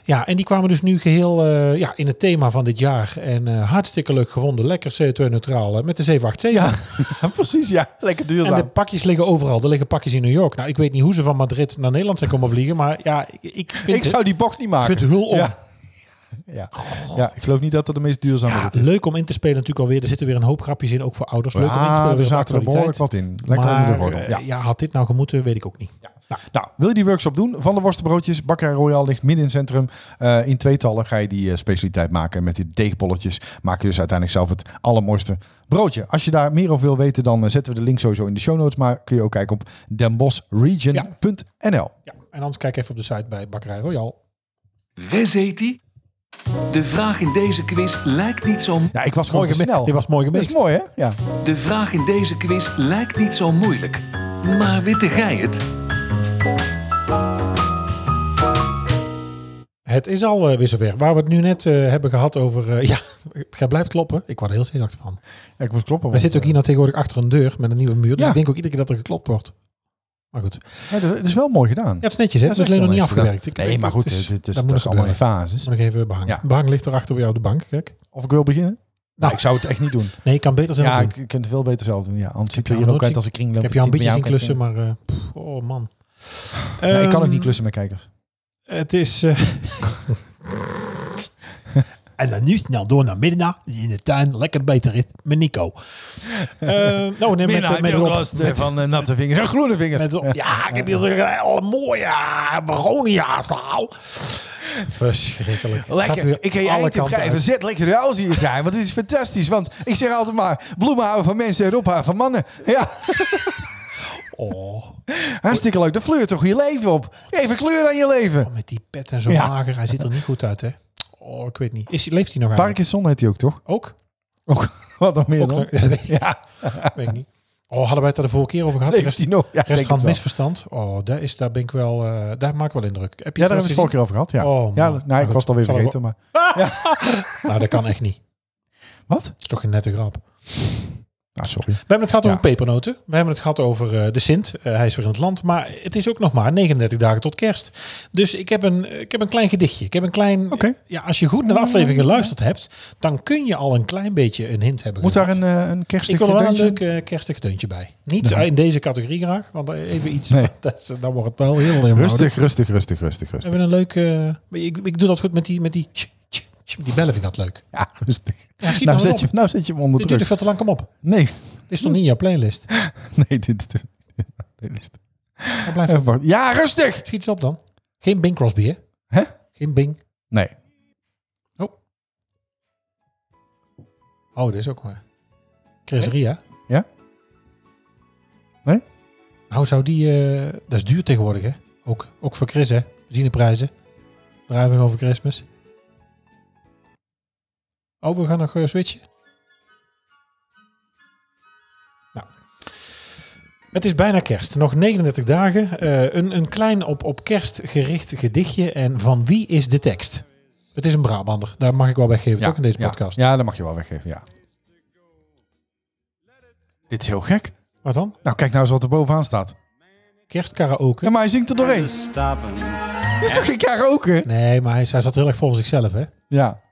Ja, en die kwamen dus nu geheel eh, ja, in het thema van dit jaar. En eh, hartstikke leuk gevonden. Lekker CO2-neutraal eh, met de 787. Ja, precies, ja. Lekker En de duurzaam. pakjes liggen overal. Er liggen pakjes in New York. Nou, ik weet niet hoe ze van Madrid naar Nederland zijn komen vliegen. Maar ja, ik- ik vind Ik zou die bocht niet ik maken. vind het hul om. Ja. Ja. ja, ik geloof niet dat dat de meest duurzame Ja, route is. leuk om in te spelen natuurlijk alweer. Er zitten weer een hoop grapjes in, ook voor ouders. Leuk om in te spelen Ja, weer er op zaten er actualiteit. behoorlijk wat in. Lekker onder de maar, gordel. eh, Ja. ja. had dit nou gemoeten, weet ik ook niet. Nou, wil je die workshop doen van de worstenbroodjes? Bakkerij Royal ligt midden in het centrum. Eh, in tweetallen ga je die eh, specialiteit maken. En met die deegbolletjes maak je dus uiteindelijk zelf het allermooiste broodje. Als je daar meer over wil weten, dan eh, zetten we de link sowieso in de show notes. Maar kun je ook kijken op denbosregion.nl. Ja. En anders kijk even op de site bij Bakkerij Royal. Wes heet die? De vraag in deze quiz lijkt niet zo Ja, ik was gewoon Mooi te gemi- snel. Dit was mooi Dat gemixt. is mooi, hè? Ja. De vraag in deze quiz lijkt niet zo moeilijk. Maar witte gij het? Het is al eh, weer zover. Waar we het nu net eh, hebben gehad over... eh, ja, ga blijft kloppen. Ik word er heel zenuwachtig van. Ja, ik moest kloppen. We want, eh, zitten ook hier nou tegenwoordig achter een deur met een nieuwe muur. Dus Ja. ik denk ook iedere keer dat er geklopt wordt. Maar goed. Je eh, ja, dat is wel mooi gedaan. hebt het netjes, hè? Dat Het is is alleen nog echt niet wel netjes afgewerkt. Ik- Nee, ik- maar goed, het is- dit is, dat dat moet is nog allemaal in gebeuren. fases. Moet nog even behangen. Ja. Behang ligt erachter bij jou op de bank. Kijk. Of ik wil beginnen? Nou, ik zou het echt niet doen. Nee, ik kan beter zelf Ja, doen. ik, ik kan het veel beter zelf doen. Ja, anders ziet er jou hier ook nooit uit als een kringloop. Ik heb jou een die beetje bij zien jou kan klussen, maar eh, pff, oh man. Nee, ik kan ook Ehm, niet klussen met kijkers. Het is. eh, en dan nu snel door naar middernacht in de tuin, lekker beter rit met Nico. Eh, nou, nee, met, met, met Rob. Met- eh, van natte vingers en groene vingers. met Rob. Ja, ik heb hier eh, een hele mooie begonia zaal. Verschrikkelijk. Gaat weer alle kanten uit. Zet lekker de als hier zijn, want dit is fantastisch. Want ik zeg altijd maar, bloemen houden van mensen en Rob houden van mannen. Ja. Oh, Hartstikke leuk. Dat fleurt toch je leven op. Even kleur aan je leven. met die pet en zo Ja. mager. Hij ziet er niet goed uit, hè? Oh, ik weet niet. Is, hij- leeft hij nog eigenlijk? Parkinson heet hij ook, toch? Ook? Ook, wat nog meer Ook dan? nog? Ja, dat weet ik Ja, niet. Weet ik niet. Oh, hadden wij het daar de vorige keer over gehad? leeft hij nog? Ja, ik denk het Restaurant wel. misverstand. Oh, daar, is, daar ben ik wel... eh, daar maak ik wel indruk. Heb je Ja, daar het hebben we het wel vorige keer over gehad. Ja, Oh, man. ja nee, ik was het alweer Zal ik vergeten. Maar... gezien? Nou, dat kan echt niet. Wat? Dat is toch geen nette grap. Ah, sorry. We hebben het gehad Ja. over pepernoten. We hebben het gehad over eh, de Sint. Eh, hij is weer in het land. Maar het is ook nog maar 39 dagen tot kerst. Dus ik heb een, ik heb een klein gedichtje. Ik heb een klein... eh, Oké. Ja, als je goed naar de aflevering geluisterd hebt... dan kun je al een klein beetje een hint hebben Moet daar gehoord. een, eh, een Ik kerstig wil er wel een deuntje? leuk eh, kerstig deuntje bij. Niet Nee. in deze categorie graag, want eh, even iets. Nee. dat is- dan wordt het wel heel eenvoudig. Rustig, rustig, rustig, rustig, We rustig. hebben een leuke. eh, ik, ik doe dat goed met die. Met die, die bellen vind ik dat leuk. Ja, rustig. Ja, schiet Nou nou zet, je, op. nou zet je hem onder Dit duurt toch druk. veel te lang, kom op. Nee, Dit is toch niet in jouw playlist? nee, dit is... te- dit is te- Waar blijft Even het? wachten. Ja, rustig! Schiet eens op dan. Geen Bing Crosby, hè? Hè? Geen Bing. Nee. Oh, dit is ook maar. Chris Ria. Ja? Nee? Nou zou die... eh, dat is duur tegenwoordig, hè? Ook, ook voor Chris, hè? We zien de prijzen. Driving over Christmas. Oh, we gaan nog eh, switchen. Nou. Het is bijna kerst. Nog 39 dagen. Eh, een, een klein op, op kerst gericht gedichtje. En van wie is de tekst? Het is een Brabander. Daar mag ik wel weggeven, toch? In deze ja. podcast. Ja, dat mag je wel weggeven, ja. Dit is heel gek. Wat dan? Nou, kijk nou eens wat er bovenaan staat. Kerstkaraoke. Ja, maar hij zingt er doorheen. Dat is toch geen karaoke? Nee, maar hij, hij zat heel erg vol voor zichzelf, hè? Ja.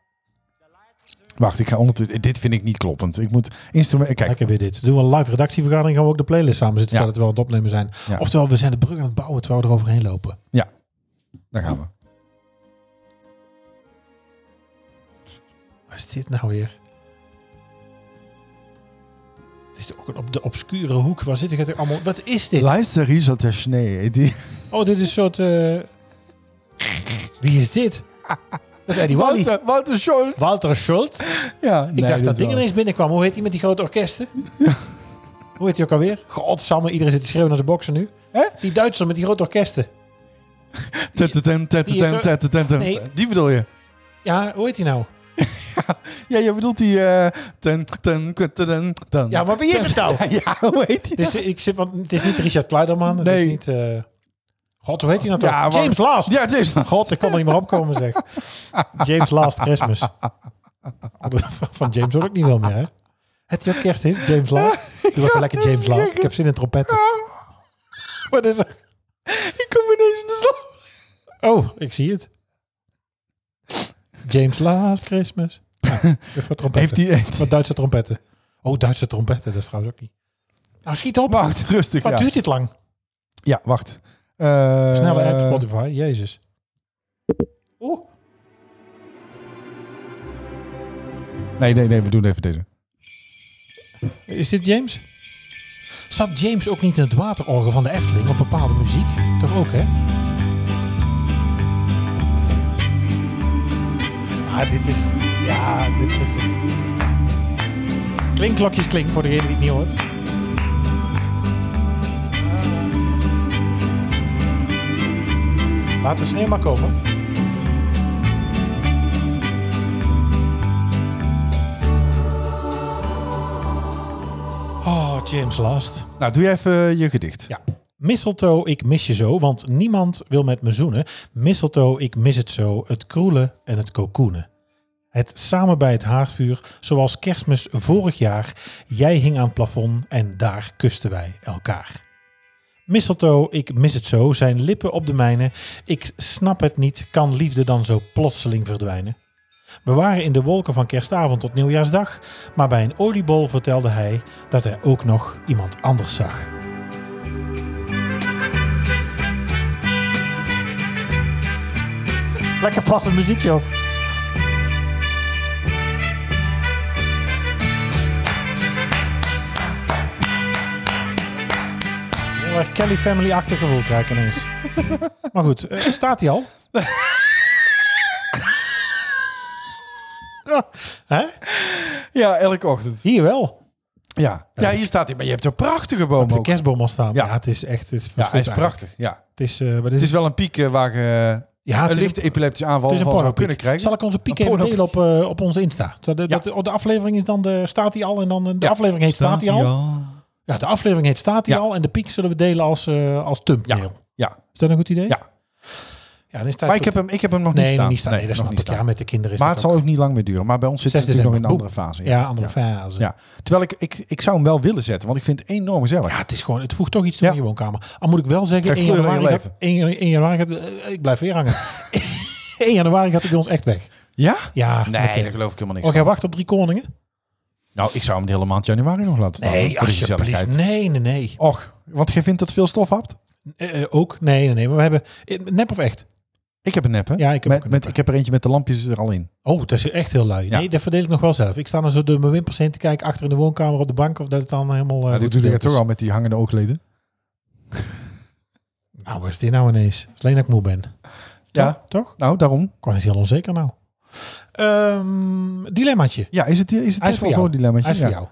Wacht, ik ga ondertussen... Dit vind ik niet kloppend. Ik moet instrument... Kijk, Lekker weer dit. Doen we een live redactievergadering, gaan we ook de playlist samen zitten, Ja. terwijl het wel aan het opnemen zijn. Ja. Oftewel, we zijn de brug aan het bouwen terwijl we eroverheen lopen. daar gaan we. Wat is dit nou weer? Het is ook een op de obscure hoek. Waar zit ik het allemaal? Wat is dit? Luister is wat er snee. Die... Oh, dit is een soort... eh, Wie is dit? Dat is Eddie Wally. Wouter, Wouter Scholz. Walter Schultz. Ja, nee, Ik dacht dat ding wel. ineens binnenkwam. Hoe heet die met die grote orkesten? Hoe heet die ook alweer? Godsamme, iedereen zit te schreeuwen naar de boksen nu. Hè? Die Duitser met die grote orkesten. Ten, ten, ten, ten, Die is ten, ook- ten, ten, ten. Nee. Die bedoel je? Ja, hoe heet die nou? Ja, je bedoelt die... eh, ten, ten, ten, ten, ten. Ja, maar wie is het nou? Ja, hoe heet die? Dus ik zit, want het is niet Richard Kleiderman. Het Nee. is niet... eh, God, hoe heet hij nou toch? Ja, maar- James Last. Ja, het is... God, ik kon er niet meer opkomen zeg. James Last Christmas. Van James hoor ik niet veel meer, hè? Het die ook kerst is, James Last. Doe even lekker James Last. Ik heb zin in trompetten. Wat is er? Ik kom ineens in de slag. Oh, ik zie het. James Last Christmas. Ja, even wat trompetten. Heeft hij... Wat Duitse trompetten. Oh, Duitse trompetten, dat is trouwens ook niet. Nou, schiet op. Wacht, rustig. Wat ja. duurt dit lang? Ja, wacht. Eh, Snelle app Spotify, jezus. Oeh. Nee, nee, nee, we doen even deze. Is dit James? Zat James ook niet in het waterorgel van de Efteling op bepaalde muziek? Toch ook, hè? Ah, dit is... Ja, dit is het. Klinkklokjes klink voor degene die het niet hoort. Laat de sneeuw maar komen. Oh, James Last. Nou, doe jij even je gedicht. Ja. Mistletoe, ik mis je zo, want niemand wil met me zoenen. Mistletoe, ik mis het zo, het kroelen en het kokoenen. Het samen bij het haardvuur, zoals kerstmis vorig jaar. Jij hing aan het plafond en daar kusten wij elkaar. Mistletoe, ik mis het zo, zijn lippen op de mijne. Ik snap het niet, kan liefde dan zo plotseling verdwijnen? We waren in de wolken van kerstavond tot nieuwjaarsdag, maar bij een oliebol vertelde hij dat hij ook nog iemand anders zag. Lekker passend muziek, joh. Heel erg Kelly Family-achtig gevoel krijg ik ineens. maar goed, eh, staat hij al? Ja, Hè? Ja, elke ochtend. Hier wel. Ja. ja, hier staat hij. Maar je hebt een prachtige boom De ook. kerstboom al staan. Ja. Ja, het is echt... Het is Ja, hij is eigenlijk. prachtig. Ja. Het is, eh, wat is Het is wel een piek eh, waar je eh, Ja, het een is lichte epileptische aanval Het is een van zou pornopiek. kunnen krijgen. Zal ik onze piek Een even pornopiek. delen op, eh, op onze Insta? Dat, dat, dat- de aflevering is dan de, staat hij al en dan eh, de Ja. aflevering heet staat hij al. Ja, de aflevering heet staat hij Ja. al en de piek zullen we delen als, eh als thumbnail. Ja. Is dat een goed idee? Ja. Ja, dan is tijd Maar ik voor- heb hem, ik heb hem nog nee, niet staan. niet staan. Nee, dat nog snap ik. Ja, met de kinderen is Maar dat het zal ook niet lang meer duren. Maar bij ons zit het 6 natuurlijk nog in een andere december. fase. ook- Ja, andere fase. Ja. Ja. Terwijl ik, ik, ik zou hem wel willen zetten, want ik vind het enorm gezellig. het is gewoon, het voegt toch iets toe Ja. in je woonkamer. Al moet ik wel zeggen, Geeft 1 kleur aan januari, je gaat, leven. 1, januari- 1 januari gaat, eh, ik blijf weer hangen. 1 januari gaat het bij ons echt weg. Ja? Ja, Nee, meteen. daar geloof ik helemaal niks Oh, jij van. wacht op drie koningen? Nou, ik zou hem de hele maand januari nog laten staan. hoor, Nee, voor de gezelligheid. alsjeblieft. Nee, nee, nee. Och, want jij vindt dat veel stof hapt? Eh, eh, ook? Nee, nee, nee. Maar we hebben... eh, Nep of echt? Ik heb een nep, hè? Ja, ik heb ook met, een met, nep. ik heb er eentje met de lampjes er al in. Oh, dat is echt heel lui. Ja. Nee, dat verdeel ik nog wel zelf. Ik sta dan zo door mijn wimpers heen te kijken achter in de woonkamer op de bank of dat het dan helemaal... eh, Maar dit Nou, goed doe dus. je verdeeld toch is. al met die hangende oogleden? Nou, waar is dit nou ineens? Het is alleen dat ik moe ben. Ja. Toch? Toch? Nou, daarom. Ik word eens heel onzeker nou. Ehm, dilemmaatje. Ja, is het, is het Hij is voor jou. dilemma? Hij is voor jou.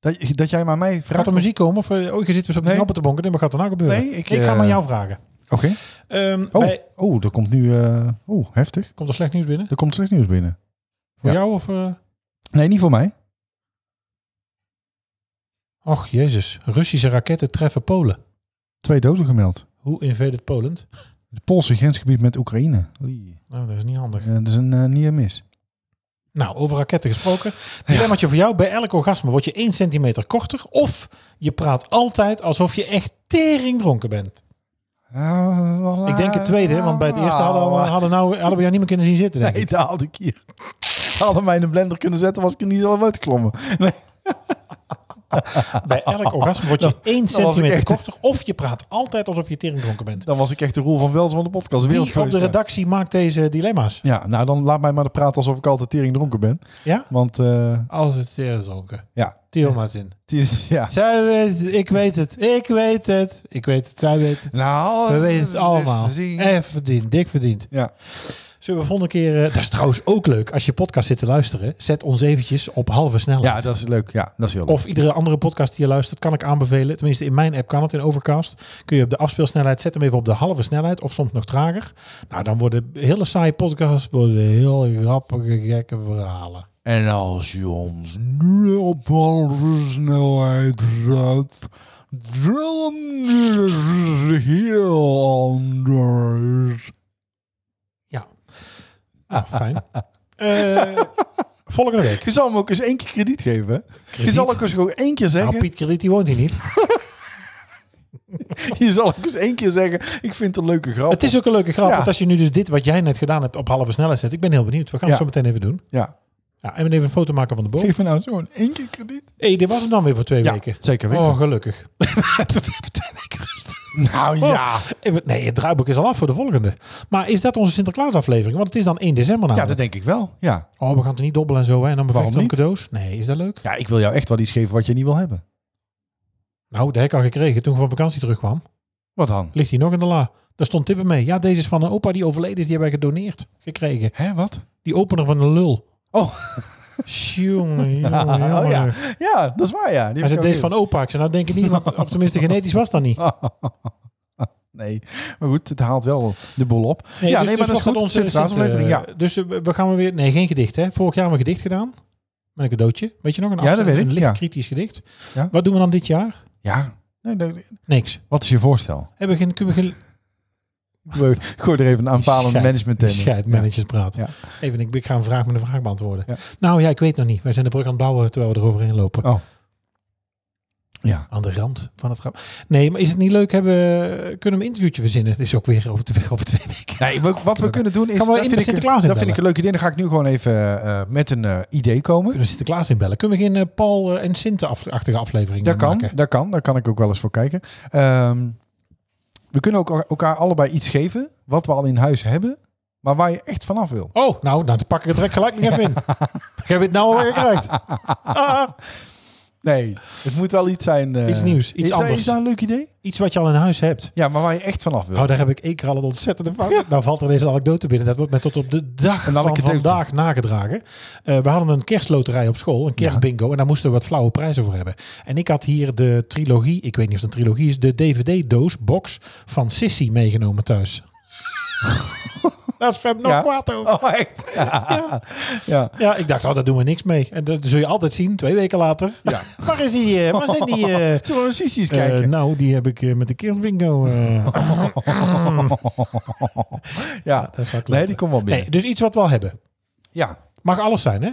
Dat, dat jij maar mij vraagt. Gaat er muziek komen? Of, eh, oh, je zit dus op de Nee. knoppen te bonken. Nee, wat gaat er nou gebeuren? Nee, ik, ga eh, maar jou vragen. Oké. Ehm, Oh, bij- oh, er komt nu... eh, oh, heftig. komt er slecht nieuws binnen? Er komt slecht nieuws binnen. Voor Ja. jou of... eh Nee, niet voor mij. Och, jezus. Russische raketten treffen Polen. Twee doden gemeld. Hoe invaded Poland? Het Poolse grensgebied met Oekraïne. Oei. Nou, dat is niet handig. Eh, dat is een eh, niet een mis. Nou, over raketten gesproken. Dilemmaatje voor jou. Bij elk orgasme word je 1 centimeter korter. Of je praat altijd alsof je echt tering dronken bent. Ah, Ik denk het tweede, want bij het eerste hadden we, hadden nou, hadden we jou niet meer kunnen zien zitten. Denk Nee, ik. daar had ik hier. Hadden mij in een blender kunnen zetten, was ik er niet zelf uitgeklommen. Nee. Bij elk orgasme word je 1 dan was ik centimeter echt- korter. Of je praat altijd alsof je tering dronken bent. Dan was ik echt de Roel van Velzen van de podcast. Wereld Wie op de redactie maakt deze dilemma's? Ja, nou dan laat mij maar praten alsof ik altijd tering dronken ben. Ja? Want eh, Als het tering dronken. ja, Theo Martin. die- ja. Zij weet het, ik weet het, ik weet het, ik weet het, zij weet het. Nou, We weten het allemaal. En verdiend, dik verdiend. Ja. Zullen we volgende keer... eh, dat is trouwens ook leuk. Als je podcast zit te luisteren, zet ons eventjes op halve snelheid. ja, dat is leuk. Ja, dat is heel leuk. Of iedere andere podcast die je luistert, kan ik aanbevelen. Tenminste, in mijn app kan het, in Overcast. Kun je op de afspeelsnelheid, zet hem even op de halve snelheid. Of soms nog trager. Nou, dan worden hele saaie podcasts worden heel grappige, gekke verhalen. En als je ons nu op halve snelheid zet, dan is het heel anders. Ja. Nou, fijn. Eh, volgende week. Je zal hem ook eens één keer krediet geven. hè? Je zal ook eens gewoon één keer zeggen. Nou, Piet Krediet, die woont hier niet. Je zal ook eens één keer zeggen. Ik vind het een leuke grap. Het is ook een leuke grap. Ja. Want als je nu dus dit wat jij net gedaan hebt op halve snelheid zet. Ik ben heel benieuwd. We gaan het Ja. zo meteen even doen. Ja. Ja, en even een foto maken van de boom. Geef me nou zo'n één keer krediet. Hé, dit was hem dan weer voor twee weken. zeker weten. Oh, gelukkig. we hebben twee weken rust. Nou ja. Eh, we- Nee, het draaiboek is al af voor de volgende. Maar is dat onze Sinterklaasaflevering? Want het is dan 1 december Ja, namelijk. dat denk ik wel. Ja. Oh, we gaan het niet dobbelen en zo. Hè? En dan bevechten we Waarom cadeaus. Nee, is dat leuk? ja, ik wil jou echt wel iets geven wat je niet wil hebben. Nou, dat heb ik al gekregen toen ik van vakantie terugkwam. Wat dan? Ligt hij nog in de la. Daar stond tippen mee. Ja, deze is van een opa die overleden is. Die hebben wij gedoneerd gekregen. Hé, wat? Die opener van een lul. Oh. Jongen, jongen, Oh, jongen. ja. ja, dat is waar ja. Die Hij heb zei, ik deze ook van opa. Ik zei, nou denk ik niet, want, of tenminste genetisch was dat niet. Nee, maar goed, het haalt wel de bol op. ja, dus- nee, maar dat is goed. Onze Sinterklaasaflevering, ja. Dus eh, we gaan weer, nee, geen gedicht hè. Vorig jaar hebben we gedicht gedaan. Met een cadeautje. Weet je nog? Een, Ja, dat afzet- weet ik, een licht ja. kritisch gedicht. Ja. Wat doen we dan dit jaar? Ja. Nee, nee, Niks. Wat is je voorstel? Hebben we geen... Kunnen we geen We gooi er even een aanpalende Scheid- management in. Scheid managers praten. Ja. Even, ik, ik ga een vraag met een vraag beantwoorden. Ja. Nou ja, ik weet nog niet. Wij zijn de brug aan het bouwen terwijl we eroverheen lopen. Oh. Ja. Aan de rand van het grap. Nee, maar is het niet leuk? Hebben, we- kunnen we een interviewtje verzinnen? Het is ook weer over twee, over twee weken. Nee, we- wat we kunnen doen is... Gaan we dat in vind de ik- Dat Sinterklaas vind inbellen? ik een leuke idee. Dan ga ik nu gewoon even eh, met een eh, idee komen. Kunnen we Sinterklaas inbellen? Kunnen we geen eh, Paul eh, en Sinte-achtige aflevering Dat kan, maken? dat kan. Daar kan ik ook wel eens voor kijken. Ehm, we kunnen ook elkaar allebei iets geven wat we al in huis hebben, maar waar je echt vanaf wil. Oh, nou, dan pak ik het direct gelijk nog even in. Ik heb het nou alweer gekregen. Nee, het moet wel iets zijn. eh, Iets nieuws, iets is dat- anders. Is dat een leuk idee? Iets wat je al in huis hebt. Ja, maar waar je echt vanaf wil. Nou, daar heb ik één keer al een ontzettende fout. Nou valt er deze anekdote binnen. Dat wordt mij tot op de dag Een van anekdote. vandaag nagedragen. Eh, we hadden een kerstloterij op school, een kerstbingo. En daar moesten we wat flauwe prijzen voor hebben. En ik had hier de trilogie, ik weet niet of het een trilogie is, de DVD-doos, box van Sissy meegenomen thuis. Daar is Fem nog Ja. kwaad over. Oh, echt? Ja. ja. Ja, ik dacht, oh, daar doen we niks mee. En dat zul je altijd zien, twee weken later. Ja. Waar is die? eh, waar zijn die? eh, Zullen we eens iets eens eh, kijken? nou, die heb ik eh, met de kerstbingo. eh. ja, dat is wel kloten. nee, die komt wel binnen. nee, dus iets wat we al hebben. Ja. Mag alles zijn, hè?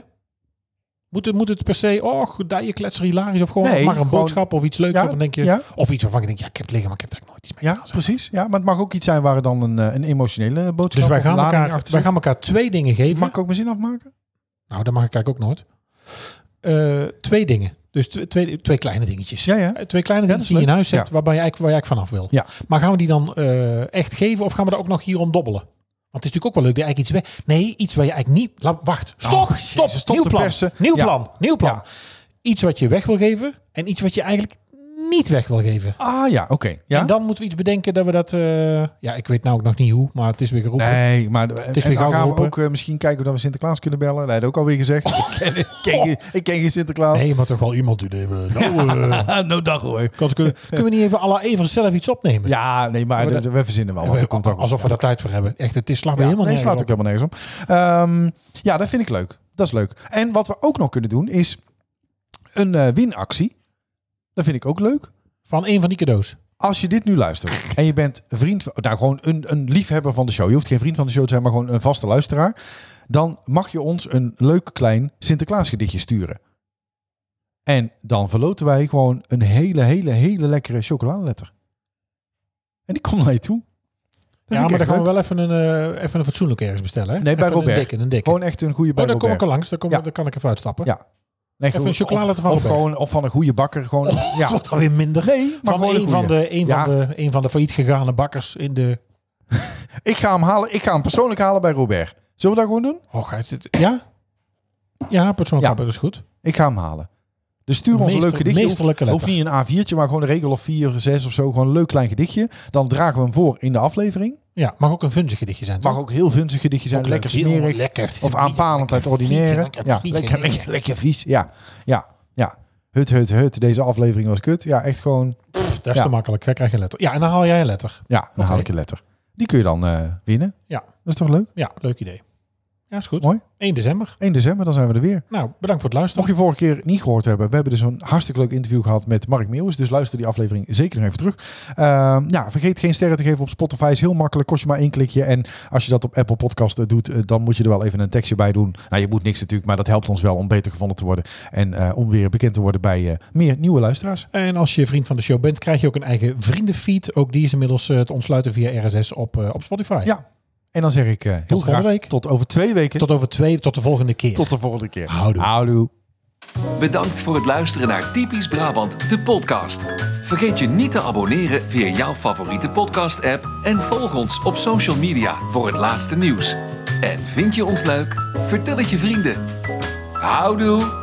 Moet het, moet het per se, oh, dat je kletser hilarisch of gewoon Nee, maar een gewoon- boodschap of iets leuks? Ja, of, dan denk je, ja. of iets waarvan je denkt, ja, ik heb het liggen, maar ik heb daar nooit iets mee. ja, precies. Ja, maar het mag ook iets zijn waar dan een, eh, een emotionele boodschap Dus wij of gaan, lading elkaar, achter wij zit. gaan elkaar twee dingen geven. Mag ik ook mijn zin afmaken? nou, dat mag ik eigenlijk ook nooit. Eh, twee dingen. Dus tw- twee, twee kleine dingetjes. Ja, ja. Eh, Twee kleine Ja, dat dingen is die je in leuk. huis hebt, Ja. waarbij je eigenlijk, waar je eigenlijk vanaf wil. Ja. Maar gaan we die dan eh, echt geven of gaan we daar ook nog hier om dobbelen? Want het is natuurlijk ook wel leuk dat je eigenlijk iets weg... Nee, iets waar je eigenlijk niet... Laat, wacht, stop, Oh, stop, jezus, stop nieuw te plan, persen. nieuw Ja. plan, nieuw plan. Ja. Iets wat je weg wil geven en iets wat je eigenlijk niet weg wil geven. Ah ja, oké. Ja? En dan moeten we iets bedenken dat we dat... eh, ja, ik weet nou ook nog niet hoe, maar het is weer geroepen. Nee, maar is en weer gauw dan gaan we geroepen. ook eh, misschien kijken of dat we Sinterklaas kunnen bellen. Dat heb ik ook alweer gezegd. Oh. Ik, ken, ik, ken, geen- ik ken geen Sinterklaas. Nee, maar toch wel iemand die... de- Nou, eh, no dag hoor. Kan- Kunnen, kunnen we niet even alle even zelf iets opnemen? Ja, nee, maar, Maar dat- dat- we verzinnen wel. Ja, Want we- er komt ook alsof we daar tijd voor hebben. Echt, het is slaat me Ja, helemaal nee, nergens slaat ook op. helemaal nergens om. Ehm, ja, dat vind ik leuk. Dat is leuk. En wat we ook nog kunnen doen is een eh, winactie. Dat vind ik ook leuk. Van een van die cadeaus. Als je dit nu luistert en je bent vriend, van- nou gewoon een, een liefhebber van de show. Je hoeft geen vriend van de show te zijn, maar gewoon een vaste luisteraar. Dan mag je ons een leuk klein Sinterklaas gedichtje sturen. En dan verloten wij gewoon een hele, hele, hele lekkere chocoladeletter. En die komt naar je toe. Dat ja, vind ik maar dan echt gaan we leuk. wel even een, eh, even een fatsoenlijk ergens bestellen. Hè? Nee, bij Even Robert. Een dikke, een dikke. Gewoon echt een goede bij oh, dan kom Robert. ik er langs. Dan, kom, Ja. dan kan ik even uitstappen. Ja. Nee, Even gewoon- een chocolade van of, of Robert. gewoon of van een goede bakker. Gewoon, ja. Dat wordt alweer minder. Nee, maar van, gewoon een van, goeie. de, een, Ja. van de, een van de failliet gegaane bakkers in de... Ik ga hem halen. Ik ga hem persoonlijk halen bij Robert. Zullen we dat gewoon doen? Oh, gaat het... Ja? Ja, persoonlijk Ja. dat is goed. Ik ga hem halen. Dus stuur ons een Meester- leuk gedichtje. Hoeft- meesterlijke letter. Hoeft niet een A4'tje, maar gewoon een regel of 4, 6 of zo. Gewoon een leuk klein gedichtje. Dan dragen we hem voor in de aflevering. Ja, mag ook een funzig gedichtje zijn, Mag toch? ook heel vunzig gedichtje zijn. Ook lekker leuk. Heel smerig. lekker. Of aanpalend uit ordinaire. lekker Ja, vies, lekker, lekker. lekker, lekker vies. Ja, ja, ja. Hut, hut, hut. Deze aflevering was kut. Ja, echt gewoon. Dat is Ja. te makkelijk. Jij krijgt een letter. Ja, en dan haal jij een letter. Ja, dan haal ik een letter. Die kun je dan eh, winnen. Ja. Dat is toch leuk? Ja, leuk idee. Ja, is goed. Mooi. 1 december. 1 december, dan zijn we er weer. Nou, bedankt voor het Mocht luisteren. je vorige keer niet gehoord hebben, we hebben dus een hartstikke leuk interview gehad met Mark Meeuwis. Dus luister die aflevering zeker nog even terug. Ehm, ja, vergeet geen sterren te geven op Spotify. Is heel makkelijk, kost je maar één klikje. En als je dat op Apple Podcast eh, doet, eh, dan moet je er wel even een tekstje bij doen. Nou, je moet niks natuurlijk, maar dat helpt ons wel om beter gevonden te worden. En eh, om weer bekend te worden bij eh, meer nieuwe luisteraars. En als je vriend van de show bent, krijg je ook een eigen vriendenfeed. Ook die is inmiddels eh, te ontsluiten via RSS op, eh, op Spotify. Ja, en dan zeg ik eh, heel volgende graag week. tot over twee weken. Tot over twee, tot de volgende keer. Tot de volgende keer. Houdoe. Houdoe. Bedankt voor het luisteren naar Typisch Brabant, de podcast. Vergeet je niet te abonneren via jouw favoriete podcast-app en volg ons op social media voor het laatste nieuws. En vind je ons leuk? Vertel het je vrienden. Houdoe!